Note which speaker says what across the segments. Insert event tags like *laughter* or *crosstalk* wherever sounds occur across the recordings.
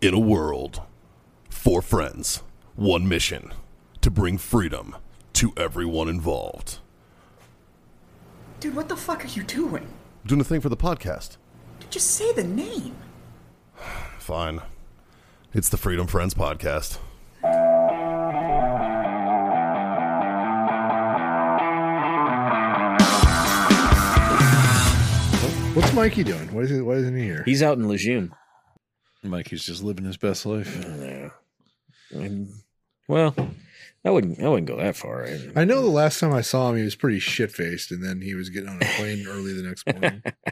Speaker 1: In a world, four friends, one mission to bring freedom to everyone involved.
Speaker 2: Dude, what the fuck are you doing?
Speaker 1: Doing a thing for the podcast.
Speaker 2: Dude, just say the name.
Speaker 1: Fine. It's the Freedom Friends podcast.
Speaker 3: What's Mikey doing? Why is he? Why isn't he here?
Speaker 4: He's out in Lejeune.
Speaker 5: Mikey's just living his best life.
Speaker 4: Yeah. And- well, I wouldn't. I wouldn't go that far. I,
Speaker 3: I know the last time I saw him, he was pretty shit faced, and then he was getting on a plane early the next morning.
Speaker 5: *laughs*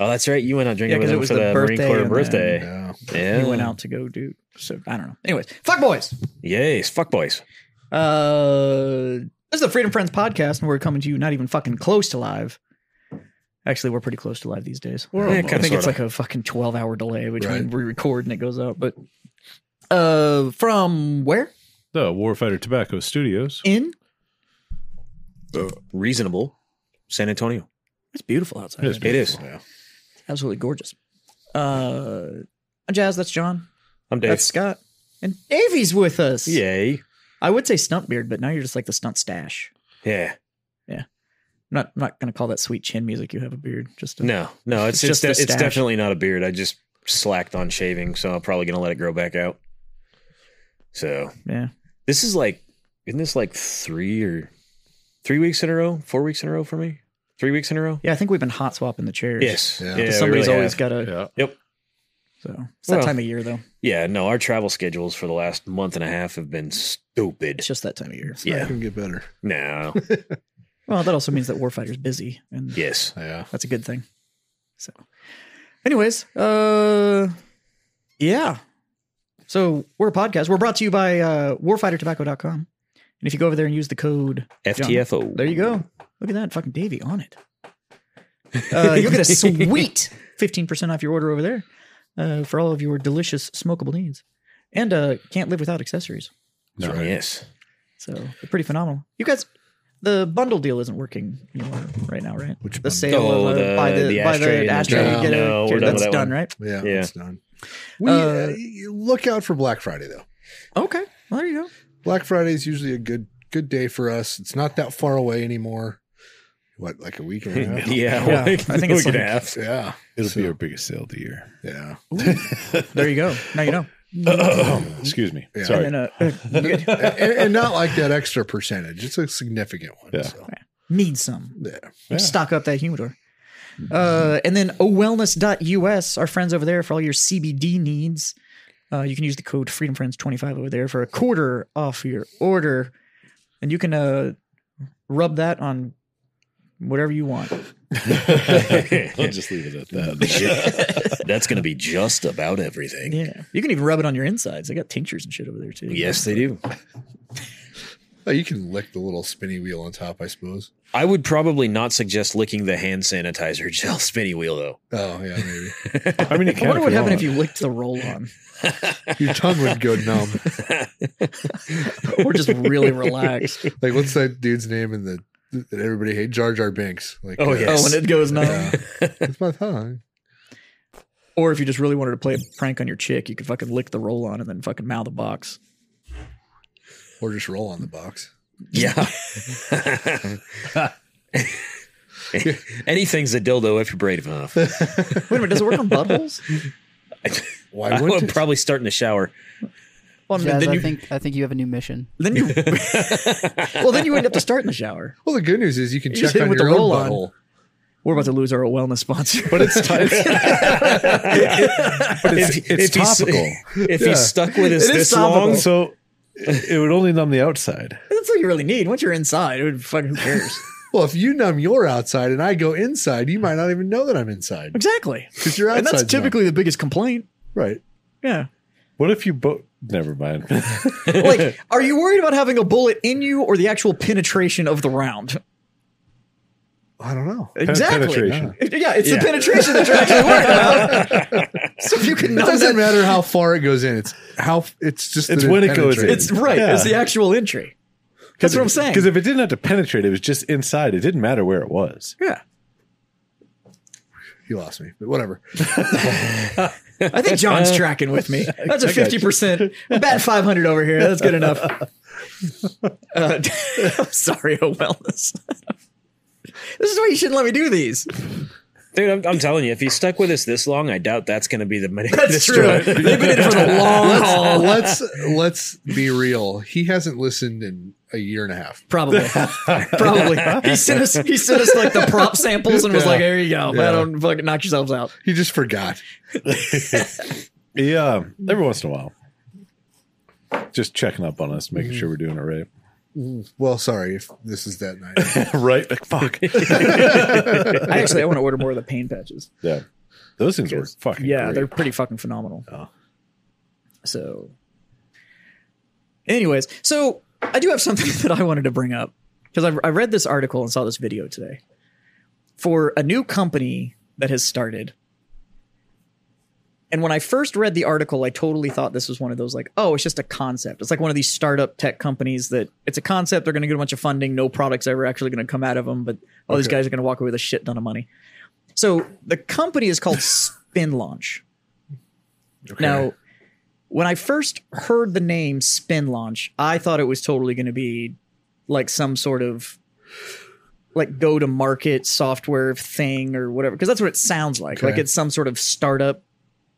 Speaker 4: oh, that's right. You went out drinking
Speaker 6: Yeah,
Speaker 4: with
Speaker 6: 'cause it
Speaker 4: him
Speaker 6: was
Speaker 4: for
Speaker 6: the
Speaker 4: the Marine
Speaker 6: birthday
Speaker 4: Corps
Speaker 6: and
Speaker 4: birthday.
Speaker 6: then- uh,
Speaker 3: Yeah.
Speaker 4: Yeah.
Speaker 6: He went out to go do so. I don't know. Anyways, fuck boys.
Speaker 4: Yes, fuck boys.
Speaker 6: Uh, this is the Freedom Friends podcast, and we're coming to you not even fucking close to live. Actually, we're pretty close to live these days.
Speaker 4: We're
Speaker 6: I
Speaker 4: almost,
Speaker 6: think it's
Speaker 4: sorta.
Speaker 6: like a fucking twelve hour delay between
Speaker 3: Right.
Speaker 6: we record and it goes out. But uh, from where
Speaker 5: The Warfighter Tobacco Studios.
Speaker 6: in?
Speaker 4: Reasonable. San Antonio.
Speaker 6: It's beautiful outside.
Speaker 5: It is
Speaker 4: It is.
Speaker 3: Yeah.
Speaker 6: absolutely gorgeous. Uh, I'm Jazz. That's John.
Speaker 4: I'm Dave.
Speaker 6: That's Scott. And Davey's with us.
Speaker 4: Yay.
Speaker 6: I would say stunt beard, but now you're just like the stunt stash.
Speaker 4: Yeah.
Speaker 6: I'm not I'm not gonna call that sweet chin music. You have a beard. Just a,
Speaker 4: No. No. It's
Speaker 6: It's
Speaker 4: it's,
Speaker 6: just a
Speaker 4: de- it's
Speaker 6: stash.
Speaker 4: definitely not a beard. I just slacked on shaving, so I'm probably gonna let it grow back out. So
Speaker 6: yeah.
Speaker 4: this is like, isn't this like three or three weeks in a row? Four weeks in a row for me? Three weeks in a row?
Speaker 6: Yeah, I think we've been hot swapping the chairs.
Speaker 4: Yes.
Speaker 3: Yeah.
Speaker 4: Yeah.
Speaker 3: 'Cause
Speaker 4: we
Speaker 6: 'Cause somebody's
Speaker 4: really
Speaker 6: always
Speaker 4: have.
Speaker 6: got to.
Speaker 5: Yeah.
Speaker 4: Yep.
Speaker 6: So it's that
Speaker 4: Well.
Speaker 6: time of year, though.
Speaker 4: Yeah, no, our travel schedules for the last month and a half have been stupid.
Speaker 6: It's just that time of year.
Speaker 3: It's
Speaker 4: Yeah.
Speaker 3: not gonna get better.
Speaker 6: *laughs*
Speaker 4: No.
Speaker 6: Well, that also means that Warfighter's busy, and
Speaker 4: yes.
Speaker 3: Yeah.
Speaker 6: that's a good thing. So, anyways, uh, yeah. So we're a podcast. We're brought to you by uh, WarfighterTobacco.com, and if you go over there and use the code
Speaker 4: FTFO.
Speaker 6: There you go. Look at that fucking Davy on *laughs* it. Uh, you'll get a *laughs* sweet 15% off your order over there uh, for all of your delicious smokable needs. And uh, can't live without accessories.
Speaker 5: No,
Speaker 4: Yes.
Speaker 6: So they're pretty phenomenal. You guys, the bundle deal isn't working anymore right now, right?
Speaker 3: Which
Speaker 6: the
Speaker 3: bundle?
Speaker 6: sale
Speaker 4: Oh,
Speaker 6: of, uh,
Speaker 4: the-
Speaker 6: by the,
Speaker 4: the
Speaker 6: by
Speaker 4: ashtray and
Speaker 6: the
Speaker 4: the
Speaker 6: ashtray.
Speaker 3: drum.
Speaker 6: you get a-
Speaker 4: No, we're done with
Speaker 6: that's
Speaker 4: that
Speaker 6: done,
Speaker 4: one.
Speaker 6: right?
Speaker 3: Yeah.
Speaker 4: Yeah.
Speaker 3: It's done. We
Speaker 6: Uh,
Speaker 3: uh, you look out for Black Friday though.
Speaker 6: Okay. Well, there you go.
Speaker 3: Black Friday is usually a good good day for us. It's not that far away anymore. What, like a week and a
Speaker 5: *laughs*
Speaker 3: half?
Speaker 4: Yeah.
Speaker 6: Yeah,
Speaker 4: like,
Speaker 6: I think
Speaker 4: *laughs*
Speaker 6: it's
Speaker 4: we're
Speaker 6: like-
Speaker 4: gonna have-
Speaker 3: Yeah.
Speaker 5: It'll
Speaker 3: So-
Speaker 5: be our biggest sale of the year. *laughs*
Speaker 3: Yeah.
Speaker 6: There you go.
Speaker 4: *laughs*
Speaker 6: Now you know.
Speaker 5: *coughs* Excuse me.
Speaker 3: Yeah.
Speaker 6: *laughs*
Speaker 5: Sorry.
Speaker 6: And then, uh, uh, you get-
Speaker 3: and, and not like that extra percentage. It's a significant one.
Speaker 5: Yeah.
Speaker 3: So,
Speaker 6: need some.
Speaker 3: yeah.
Speaker 5: Yeah.
Speaker 6: stock up that humidor. Uh, and then owellness.us, our friends over there for all your CBD needs. Uh, you can use the code FreedomFriends25 over there for a quarter off your order. And you can uh, rub that on whatever you want.
Speaker 5: I'll just leave it
Speaker 4: *laughs*
Speaker 5: at that.
Speaker 4: That's going to be just about everything.
Speaker 6: Yeah. You can even rub it on your insides. They got tinctures and shit over there, too.
Speaker 4: Yes, they do.
Speaker 3: Oh, you can lick the little spinny wheel on top, I suppose.
Speaker 4: I would probably not suggest licking the hand sanitizer gel *laughs* spinny wheel, though.
Speaker 3: Oh yeah, maybe
Speaker 5: I mean, it
Speaker 6: I
Speaker 5: can
Speaker 6: wonder
Speaker 5: if
Speaker 6: what
Speaker 5: you
Speaker 6: happened
Speaker 5: want.
Speaker 6: if you licked the roll on
Speaker 3: your tongue would go numb.
Speaker 6: or just really relaxed.
Speaker 3: Like what's that dude's name in the that everybody hate Jar Jar Binks? Like
Speaker 4: Oh, yeah.
Speaker 6: Oh, and it goes numb.
Speaker 3: yeah, it's my tongue.
Speaker 6: Or if you just really wanted to play a prank on your chick, you could fucking lick the roll on and then fucking mouth the box.
Speaker 3: Or just roll on the box.
Speaker 6: *laughs*
Speaker 4: Yeah. *laughs* Anything's a dildo if you're brave enough.
Speaker 6: Wait a minute, does it work on buttholes?
Speaker 3: Why
Speaker 4: I
Speaker 3: wouldn't
Speaker 4: would
Speaker 3: it?
Speaker 4: probably start in the shower.
Speaker 6: Well, I mean,
Speaker 7: Jazz,
Speaker 6: then
Speaker 7: I
Speaker 6: you
Speaker 7: think I think you have a new mission.
Speaker 6: Then you *laughs* well, then you end up to start in the shower.
Speaker 3: well, the good news is you can
Speaker 6: You just
Speaker 3: check
Speaker 6: hit it
Speaker 3: on
Speaker 6: with
Speaker 3: your
Speaker 6: the
Speaker 3: own
Speaker 6: roll on.
Speaker 3: butthole.
Speaker 6: We're about to lose our wellness sponsor.
Speaker 3: But it's tight.
Speaker 5: But it's, it's
Speaker 4: he's-
Speaker 5: topical.
Speaker 4: *laughs* If
Speaker 3: Yeah.
Speaker 4: he's stuck with us
Speaker 6: It is
Speaker 4: this long,
Speaker 6: topical.
Speaker 5: So it would only numb the outside.
Speaker 6: *laughs* That's all you really need. Once you're inside, it would fucking who cares?
Speaker 3: well, if you numb your outside and I go inside, you might not even know that I'm inside
Speaker 6: exactly.
Speaker 3: because you're outside.
Speaker 6: And that's typically the biggest complaint.
Speaker 3: right.
Speaker 6: Yeah.
Speaker 5: What if you both? Never mind.
Speaker 6: *laughs*
Speaker 5: *laughs*
Speaker 6: Like, are you worried about having a bullet in you or the actual penetration of the round?
Speaker 3: I don't know.
Speaker 6: Exactly. *laughs*
Speaker 5: penetration.
Speaker 6: Yeah, it's
Speaker 4: Yeah.
Speaker 6: the penetration that you're actually worried about. *laughs* so if you can
Speaker 3: It
Speaker 6: numb
Speaker 3: doesn't
Speaker 6: that,
Speaker 3: matter how far it goes in. It's how it's just
Speaker 5: It's
Speaker 3: that
Speaker 5: when it goes in.
Speaker 3: penetrates.
Speaker 6: it's right.
Speaker 5: Yeah.
Speaker 6: It's the actual entry. That's what I'm saying.
Speaker 5: Because if it didn't have to penetrate, it was just inside. It didn't matter where it was.
Speaker 6: yeah.
Speaker 3: He lost me, but whatever.
Speaker 6: I think John's tracking with me. That's a
Speaker 5: I got
Speaker 6: fifty
Speaker 5: you.
Speaker 6: percent. Bat five hundred over here. That's good enough. Uh, *laughs* I'm sorry, oh wellness. this is why you shouldn't let me do these.
Speaker 4: Dude, I'm, I'm telling you, if he's stuck with us this long, I doubt that's going to be the *laughs* money.
Speaker 6: That's *laughs* true. They've been in for the
Speaker 3: *laughs*
Speaker 6: long
Speaker 3: Let's,
Speaker 6: haul,
Speaker 3: let's let's be real. He hasn't listened in a year and a half.
Speaker 6: probably. probably. He sent us. He sent us like the prop samples and was like, "Here you go.
Speaker 3: Yeah.
Speaker 6: Man, don't fucking knock yourselves out."
Speaker 3: He just forgot.
Speaker 5: Yeah, um, every once in a while, just checking up on us, making sure we're doing it right.
Speaker 3: Well, sorry if this is that
Speaker 6: *laughs*
Speaker 3: night.
Speaker 5: *laughs* right? Like, fuck.
Speaker 6: I actually I want to order more of the pain patches.
Speaker 5: *laughs* yeah, those things were fucking.
Speaker 6: yeah,
Speaker 5: great.
Speaker 6: they're pretty fucking phenomenal.
Speaker 5: Oh.
Speaker 6: So, anyways, so I do have something *laughs* that I wanted to bring up because I, I read this article and saw this video today for a new company that has started. And when I first read the article, I totally thought this was one of those like, oh, it's just a concept. It's like one of these startup tech companies that it's a concept. They're going to get a bunch of funding. No products ever actually going to come out of them, but all these guys are going to walk away with a shit ton of money. So the company is called Spin Launch. Now, when I first heard the name Spin Launch, I thought it was totally going to be like some sort of like go to market software thing or whatever, because that's what it sounds like. Like
Speaker 3: Okay.
Speaker 6: it's some sort of startup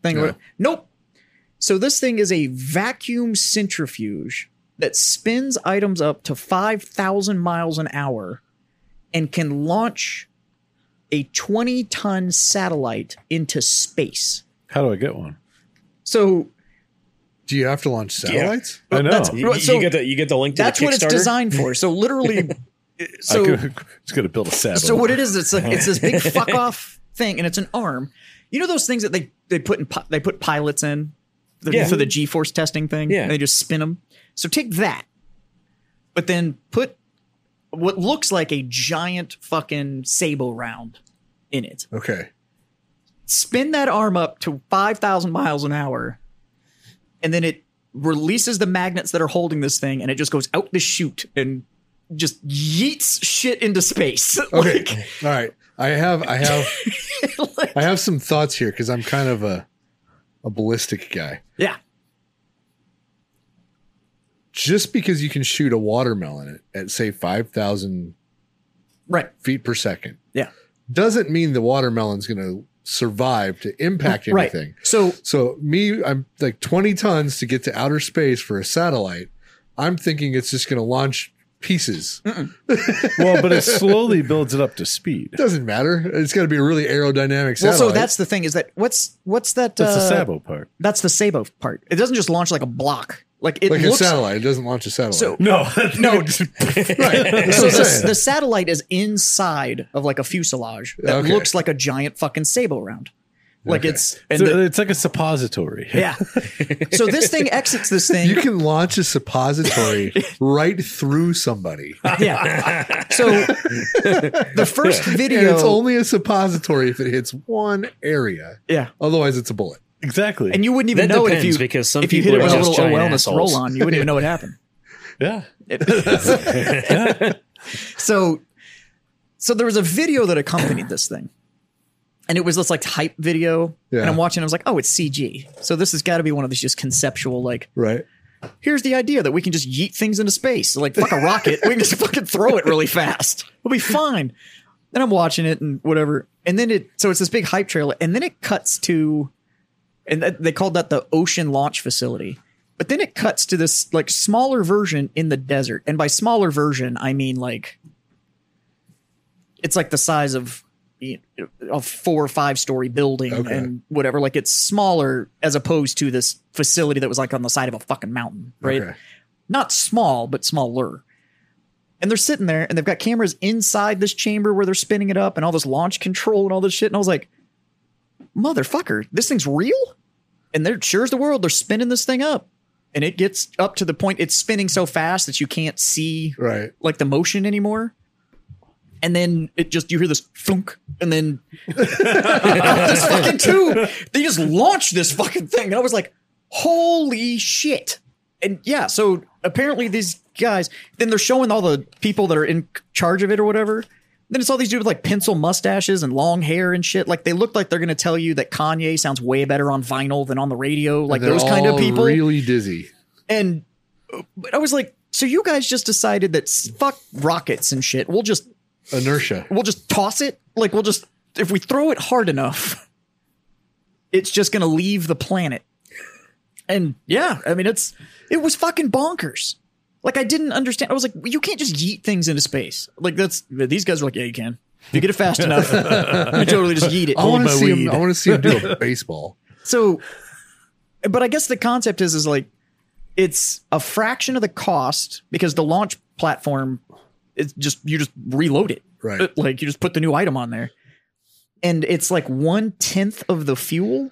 Speaker 6: thing.
Speaker 3: Yeah.
Speaker 6: Nope. So this thing is a vacuum centrifuge that spins items up to 5,000 miles an hour and can launch a 20 ton satellite into space.
Speaker 5: How do I get one?
Speaker 6: So
Speaker 3: Do you have to launch satellites?
Speaker 5: I know.
Speaker 6: that's-
Speaker 4: You, you
Speaker 6: So-
Speaker 4: get the you get the link to
Speaker 6: that's
Speaker 4: the
Speaker 6: what it's
Speaker 4: Kickstarter?
Speaker 6: designed for. So
Speaker 4: *laughs*
Speaker 6: literally, so
Speaker 5: I could, *laughs* it's going to build a satellite.
Speaker 6: so what it is, it's like it's this big
Speaker 4: *laughs*
Speaker 6: fuck off thing, and it's an arm. You know those things that they they put in pi- they put pilots in the,
Speaker 4: Yeah.
Speaker 6: for the G force testing thing.
Speaker 4: Yeah.
Speaker 6: and they just spin them. So take that, but then put what looks like a giant fucking sable round in it.
Speaker 3: Okay.
Speaker 6: spin that arm up to 5,000 miles an hour, and then it releases the magnets that are holding this thing, and it just goes out the chute and just yeets shit into space. *laughs*
Speaker 3: Okay.
Speaker 6: like,
Speaker 3: All right. I have I have
Speaker 6: like-
Speaker 3: I have some thoughts here because I'm kind of a a ballistic guy.
Speaker 6: yeah.
Speaker 3: Just because you can shoot a watermelon at, at say five thousand
Speaker 6: Right.
Speaker 3: feet per second,
Speaker 6: Yeah.
Speaker 3: doesn't mean the watermelon's going to survive to impact
Speaker 6: Right.
Speaker 3: anything.
Speaker 6: So
Speaker 3: So me, I'm like 20 tons to get to outer space for a satellite. I'm thinking it's just going to launch pieces.
Speaker 5: well, but it slowly builds it up to speed.
Speaker 3: Doesn't matter. It's got to be a really aerodynamic
Speaker 6: well,
Speaker 3: satellite.
Speaker 6: so that's the thing is that what's what's that?
Speaker 5: That's the
Speaker 6: uh,
Speaker 5: Sabo part.
Speaker 6: That's the Sabo part. It doesn't just launch like a block. Like it
Speaker 3: like
Speaker 6: looks.
Speaker 3: a satellite. It doesn't launch a satellite.
Speaker 6: So
Speaker 5: No, *laughs* no.
Speaker 3: *laughs* right.
Speaker 6: so
Speaker 3: So
Speaker 6: the, the satellite is inside of like a fuselage that
Speaker 3: Okay.
Speaker 6: looks like a giant fucking sable round. Like
Speaker 3: Okay.
Speaker 6: it's and the-
Speaker 5: it's like a suppository.
Speaker 6: Yeah. so this thing exits this
Speaker 3: *laughs*
Speaker 6: thing.
Speaker 3: you can launch a
Speaker 6: *laughs*
Speaker 3: suppository right through somebody.
Speaker 6: yeah. So the first video.
Speaker 3: And it's only a suppository if it hits one area.
Speaker 6: yeah.
Speaker 3: Otherwise, it's a bullet.
Speaker 5: Exactly.
Speaker 6: And you wouldn't even
Speaker 4: That
Speaker 6: know it if
Speaker 4: depends
Speaker 6: you
Speaker 4: because some
Speaker 6: if you hit
Speaker 4: people
Speaker 6: it
Speaker 4: are
Speaker 6: with a
Speaker 4: just
Speaker 6: little
Speaker 4: giant
Speaker 6: wellness
Speaker 4: assholes.
Speaker 6: roll on, you wouldn't even know what happened.
Speaker 5: yeah.
Speaker 6: so so there was a video that accompanied this thing and it was this like hype video
Speaker 3: Yeah.
Speaker 6: and i'm watching i was like oh it's cg so this has got to be one of these just conceptual like
Speaker 3: Right.
Speaker 6: here's the idea that we can just yeet things into space like fuck a rocket we can just fucking throw it really fast we'll be fine and i'm watching it and whatever and then it so it's this big hype trailer and then it cuts to and that, they called that the ocean launch facility but then it cuts to this like smaller version in the desert and by smaller version i mean like it's like the size of you know, a four or five story building
Speaker 3: Okay.
Speaker 6: and whatever like it's smaller as opposed to this facility that was like on the side of a fucking mountain right
Speaker 3: Okay.
Speaker 6: not small but smaller and they're sitting there and they've got cameras inside this chamber where they're spinning it up and all this launch control and all this shit and i was like motherfucker this thing's real and they're sure as the world they're spinning this thing up and it gets up to the point it's spinning so fast that you can't see
Speaker 3: Right.
Speaker 6: like the motion anymore. And then it just you hear this flunk, and then *laughs* out this fucking tube. They just launched this fucking thing, and I was like, "Holy shit!" And yeah, so apparently these guys. Then they're showing all the people that are in charge of it or whatever. Then it's all these dudes with like pencil mustaches and long hair and shit. Like they look like they're gonna tell you that Kanye sounds way better on vinyl than on the radio. Like
Speaker 3: And they're
Speaker 6: those kind of
Speaker 3: all
Speaker 6: people.
Speaker 3: really dizzy.
Speaker 6: and but I was like, so you guys just decided that s- fuck rockets and shit. We'll just
Speaker 3: Inertia.
Speaker 6: we'll just toss it. Like we'll just if we throw it hard enough, *laughs* it's just gonna leave the planet. And yeah, I mean it's it was fucking bonkers. Like I didn't understand. I was like, you can't just yeet things into space. Like that's these guys were like, yeah, you can. If you get it fast enough, *laughs* you totally just yeet it.
Speaker 3: I want to see him. I want to see him do
Speaker 6: *laughs*
Speaker 3: a baseball.
Speaker 6: So, but I guess the concept is is like it's a fraction of the cost because the launch platform it's just you just reload it
Speaker 3: Right.
Speaker 6: Uh, like you just put the new item on there and it's like one tenth of the fuel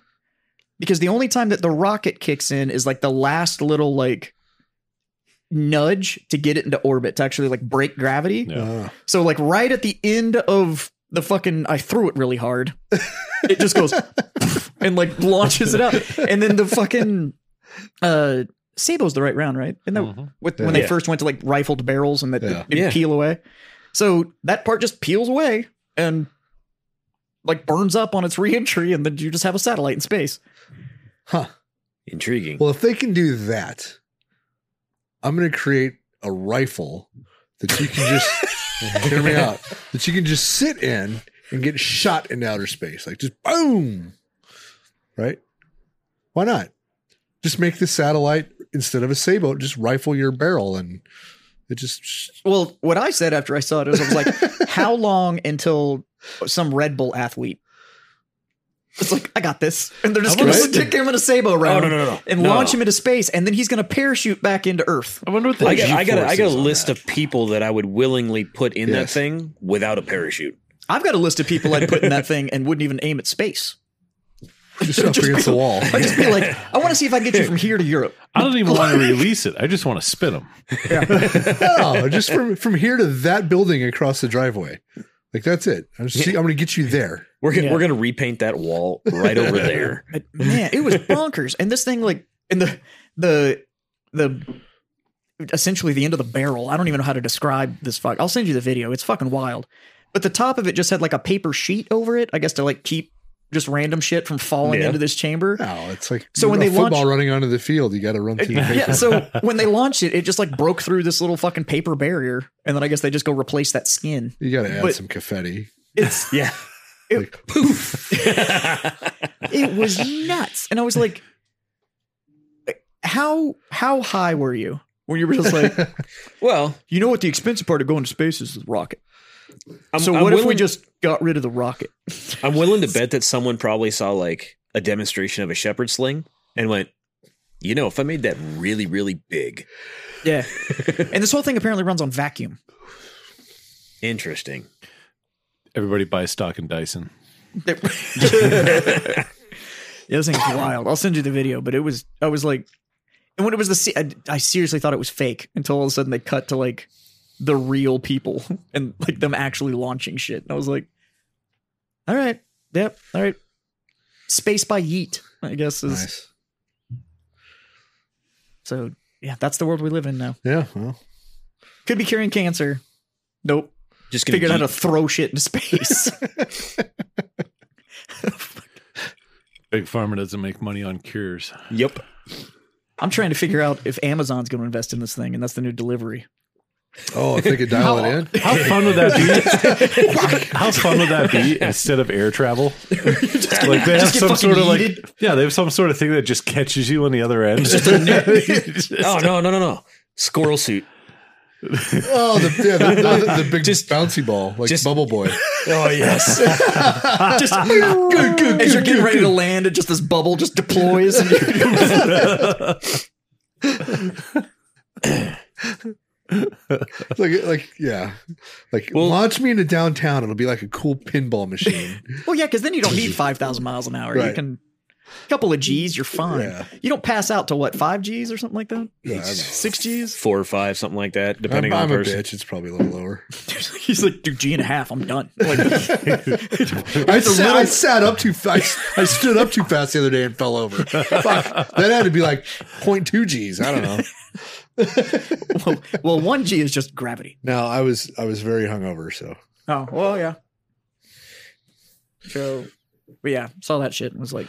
Speaker 6: because the only time that the rocket kicks in is like the last little like nudge to get it into orbit to actually like break gravity
Speaker 5: Yeah.
Speaker 3: Uh,
Speaker 6: so like right at the end of the fucking I threw it really hard. It just goes *laughs* and like launches it up. And then the fucking uh Sabo's the right round, right? Isn't that with, when they
Speaker 4: Mm-hmm. Yeah.
Speaker 6: first went to like rifled barrels and that
Speaker 3: Yeah.
Speaker 6: they
Speaker 4: Yeah.
Speaker 6: peel away? So that part just peels away and like burns up on its reentry, and then you just have a satellite in space.
Speaker 3: huh.
Speaker 4: Intriguing.
Speaker 3: Well, if they can do that, I'm going to create a rifle that you can just hear me out. That you can just sit in and get shot in outer space, like just boom, right? Why not? Just make the satellite instead of a sailboat, just rifle your barrel and it just
Speaker 6: *laughs* Well, what I said after I saw it is I was like, how long until some Red Bull athlete? It's like, I got this. And they're just
Speaker 3: I
Speaker 6: going to
Speaker 3: wonder-
Speaker 6: stick Oh, him in a Sabo round and
Speaker 4: No.
Speaker 6: launch him into space. And then he's going to parachute back into Earth.
Speaker 5: I wonder what the
Speaker 4: I got, I got, a, I got a
Speaker 5: G-forces on
Speaker 4: list
Speaker 5: that.
Speaker 4: of people that I would willingly put in that
Speaker 3: Yes.
Speaker 4: thing without a parachute.
Speaker 6: I've got a list of people I'd put in that thing and wouldn't even aim at space.
Speaker 3: just up against the wall.
Speaker 6: I'd just be like, *laughs* I want to see if I can get you from here to Europe.
Speaker 5: I don't even
Speaker 4: *laughs*
Speaker 5: want to release it. I just want to spit them.
Speaker 3: No, just from from here to that building across the driveway. Like that's it. I'm, just, see, I'm going to get you there.
Speaker 4: We're gonna,
Speaker 6: Yeah.
Speaker 4: we're gonna repaint that wall right
Speaker 6: *laughs*
Speaker 4: over there.
Speaker 6: But man, it was bonkers. And this thing, like, and the the the essentially the end of the barrel. I don't even know how to describe this. Fuck, I'll send you the video. It's fucking wild. But the top of it just had like a paper sheet over it, I guess, to like keep just random shit from falling
Speaker 4: Yeah.
Speaker 6: into this chamber.
Speaker 3: No, it's like
Speaker 6: So when
Speaker 3: a
Speaker 6: they
Speaker 3: football
Speaker 6: launch-
Speaker 3: running onto the field, you got to run through the
Speaker 6: *laughs* Yeah, so when they launched it, it just like broke through this little fucking paper barrier, and then I guess they just go replace that skin.
Speaker 3: You got to add
Speaker 6: But-
Speaker 3: some confetti.
Speaker 4: *laughs*
Speaker 6: It's
Speaker 4: Yeah.
Speaker 6: it, poof. it was nuts, and I was like, "How how high were you when you were just like,
Speaker 4: Well,
Speaker 6: you know what? The expensive part of going to space is the rocket.
Speaker 4: I'm,
Speaker 6: So
Speaker 4: I'm
Speaker 6: what if we
Speaker 4: willing-
Speaker 6: just got rid of the rocket?
Speaker 4: I'm willing to bet that someone probably saw like a demonstration of a shepherd sling and went, you know, if I made that really, really big,
Speaker 6: Yeah. *laughs* and this whole thing apparently runs on
Speaker 4: *laughs*
Speaker 6: vacuum.
Speaker 4: interesting.
Speaker 5: Everybody buys stock in Dyson.
Speaker 6: yeah, this thing's wild. I'll send you the video, but it was I was like, and when it was the se- I, I seriously thought it was fake until all of a sudden they cut to like the real people *laughs* and like them actually launching shit, and I was like, all right, yep, all right, space by yeet, I guess is
Speaker 3: Nice.
Speaker 6: so. Yeah, that's the world we live in now.
Speaker 3: Yeah. Well,
Speaker 6: Could be curing cancer. Nope.
Speaker 4: Just gonna
Speaker 6: Figured out
Speaker 4: yeet-
Speaker 6: how to throw shit into space.
Speaker 5: Big Pharma doesn't make money on cures.
Speaker 6: *laughs*
Speaker 4: Yep.
Speaker 6: I'm trying to figure out if Amazon's going to invest in this thing, and that's the new delivery.
Speaker 3: oh, if they
Speaker 6: *laughs*
Speaker 3: could dial it in,
Speaker 5: How fun would that be? *laughs* How fun would that be instead of air *laughs* travel? like they have
Speaker 6: get
Speaker 5: some
Speaker 6: fucking
Speaker 5: sort of like
Speaker 6: yeeted.
Speaker 5: yeah, they have some sort of thing that just catches you on the other end. *laughs*
Speaker 4: Oh no, no, no, no. Squirrel suit.
Speaker 3: oh, the, yeah, the, the, the
Speaker 6: *laughs*
Speaker 3: big bouncy ball, like
Speaker 4: just-
Speaker 3: Bubble Boy. *laughs*
Speaker 4: Oh yes.
Speaker 6: *laughs* just as you're getting ready *laughs* to land, and just this bubble just deploys. And you
Speaker 3: Like, like, yeah, like
Speaker 4: Well-
Speaker 3: launch me into downtown. It'll be like a cool pinball
Speaker 6: *laughs*
Speaker 3: machine.
Speaker 6: *laughs* well, yeah, because then you don't need five thousand miles an hour. You
Speaker 3: Right.
Speaker 6: can a couple of G's, you're fine.
Speaker 3: Yeah.
Speaker 6: You don't pass out to what five G's or something like that.
Speaker 3: Yeah, I know.
Speaker 6: Six *laughs* G's.
Speaker 4: *laughs* Four or five, something like that,
Speaker 3: I'm,
Speaker 4: depending on
Speaker 3: I'm
Speaker 4: the
Speaker 3: a
Speaker 4: person.
Speaker 3: bitch. It's probably a little
Speaker 6: *laughs*
Speaker 3: lower.
Speaker 6: He's like, dude, G and a half. I'm *laughs* done. Like,
Speaker 3: I sat, I sat up too fast. I stood up too fast the other day and fell
Speaker 6: *laughs*
Speaker 3: over. Fuck, that had to be like 0.2 G's. I don't
Speaker 6: *laughs*
Speaker 3: know.
Speaker 6: well, well, one G is just gravity.
Speaker 3: No, I was I was very hungover, so
Speaker 6: Oh, well, yeah. So, but yeah, saw that shit and was like,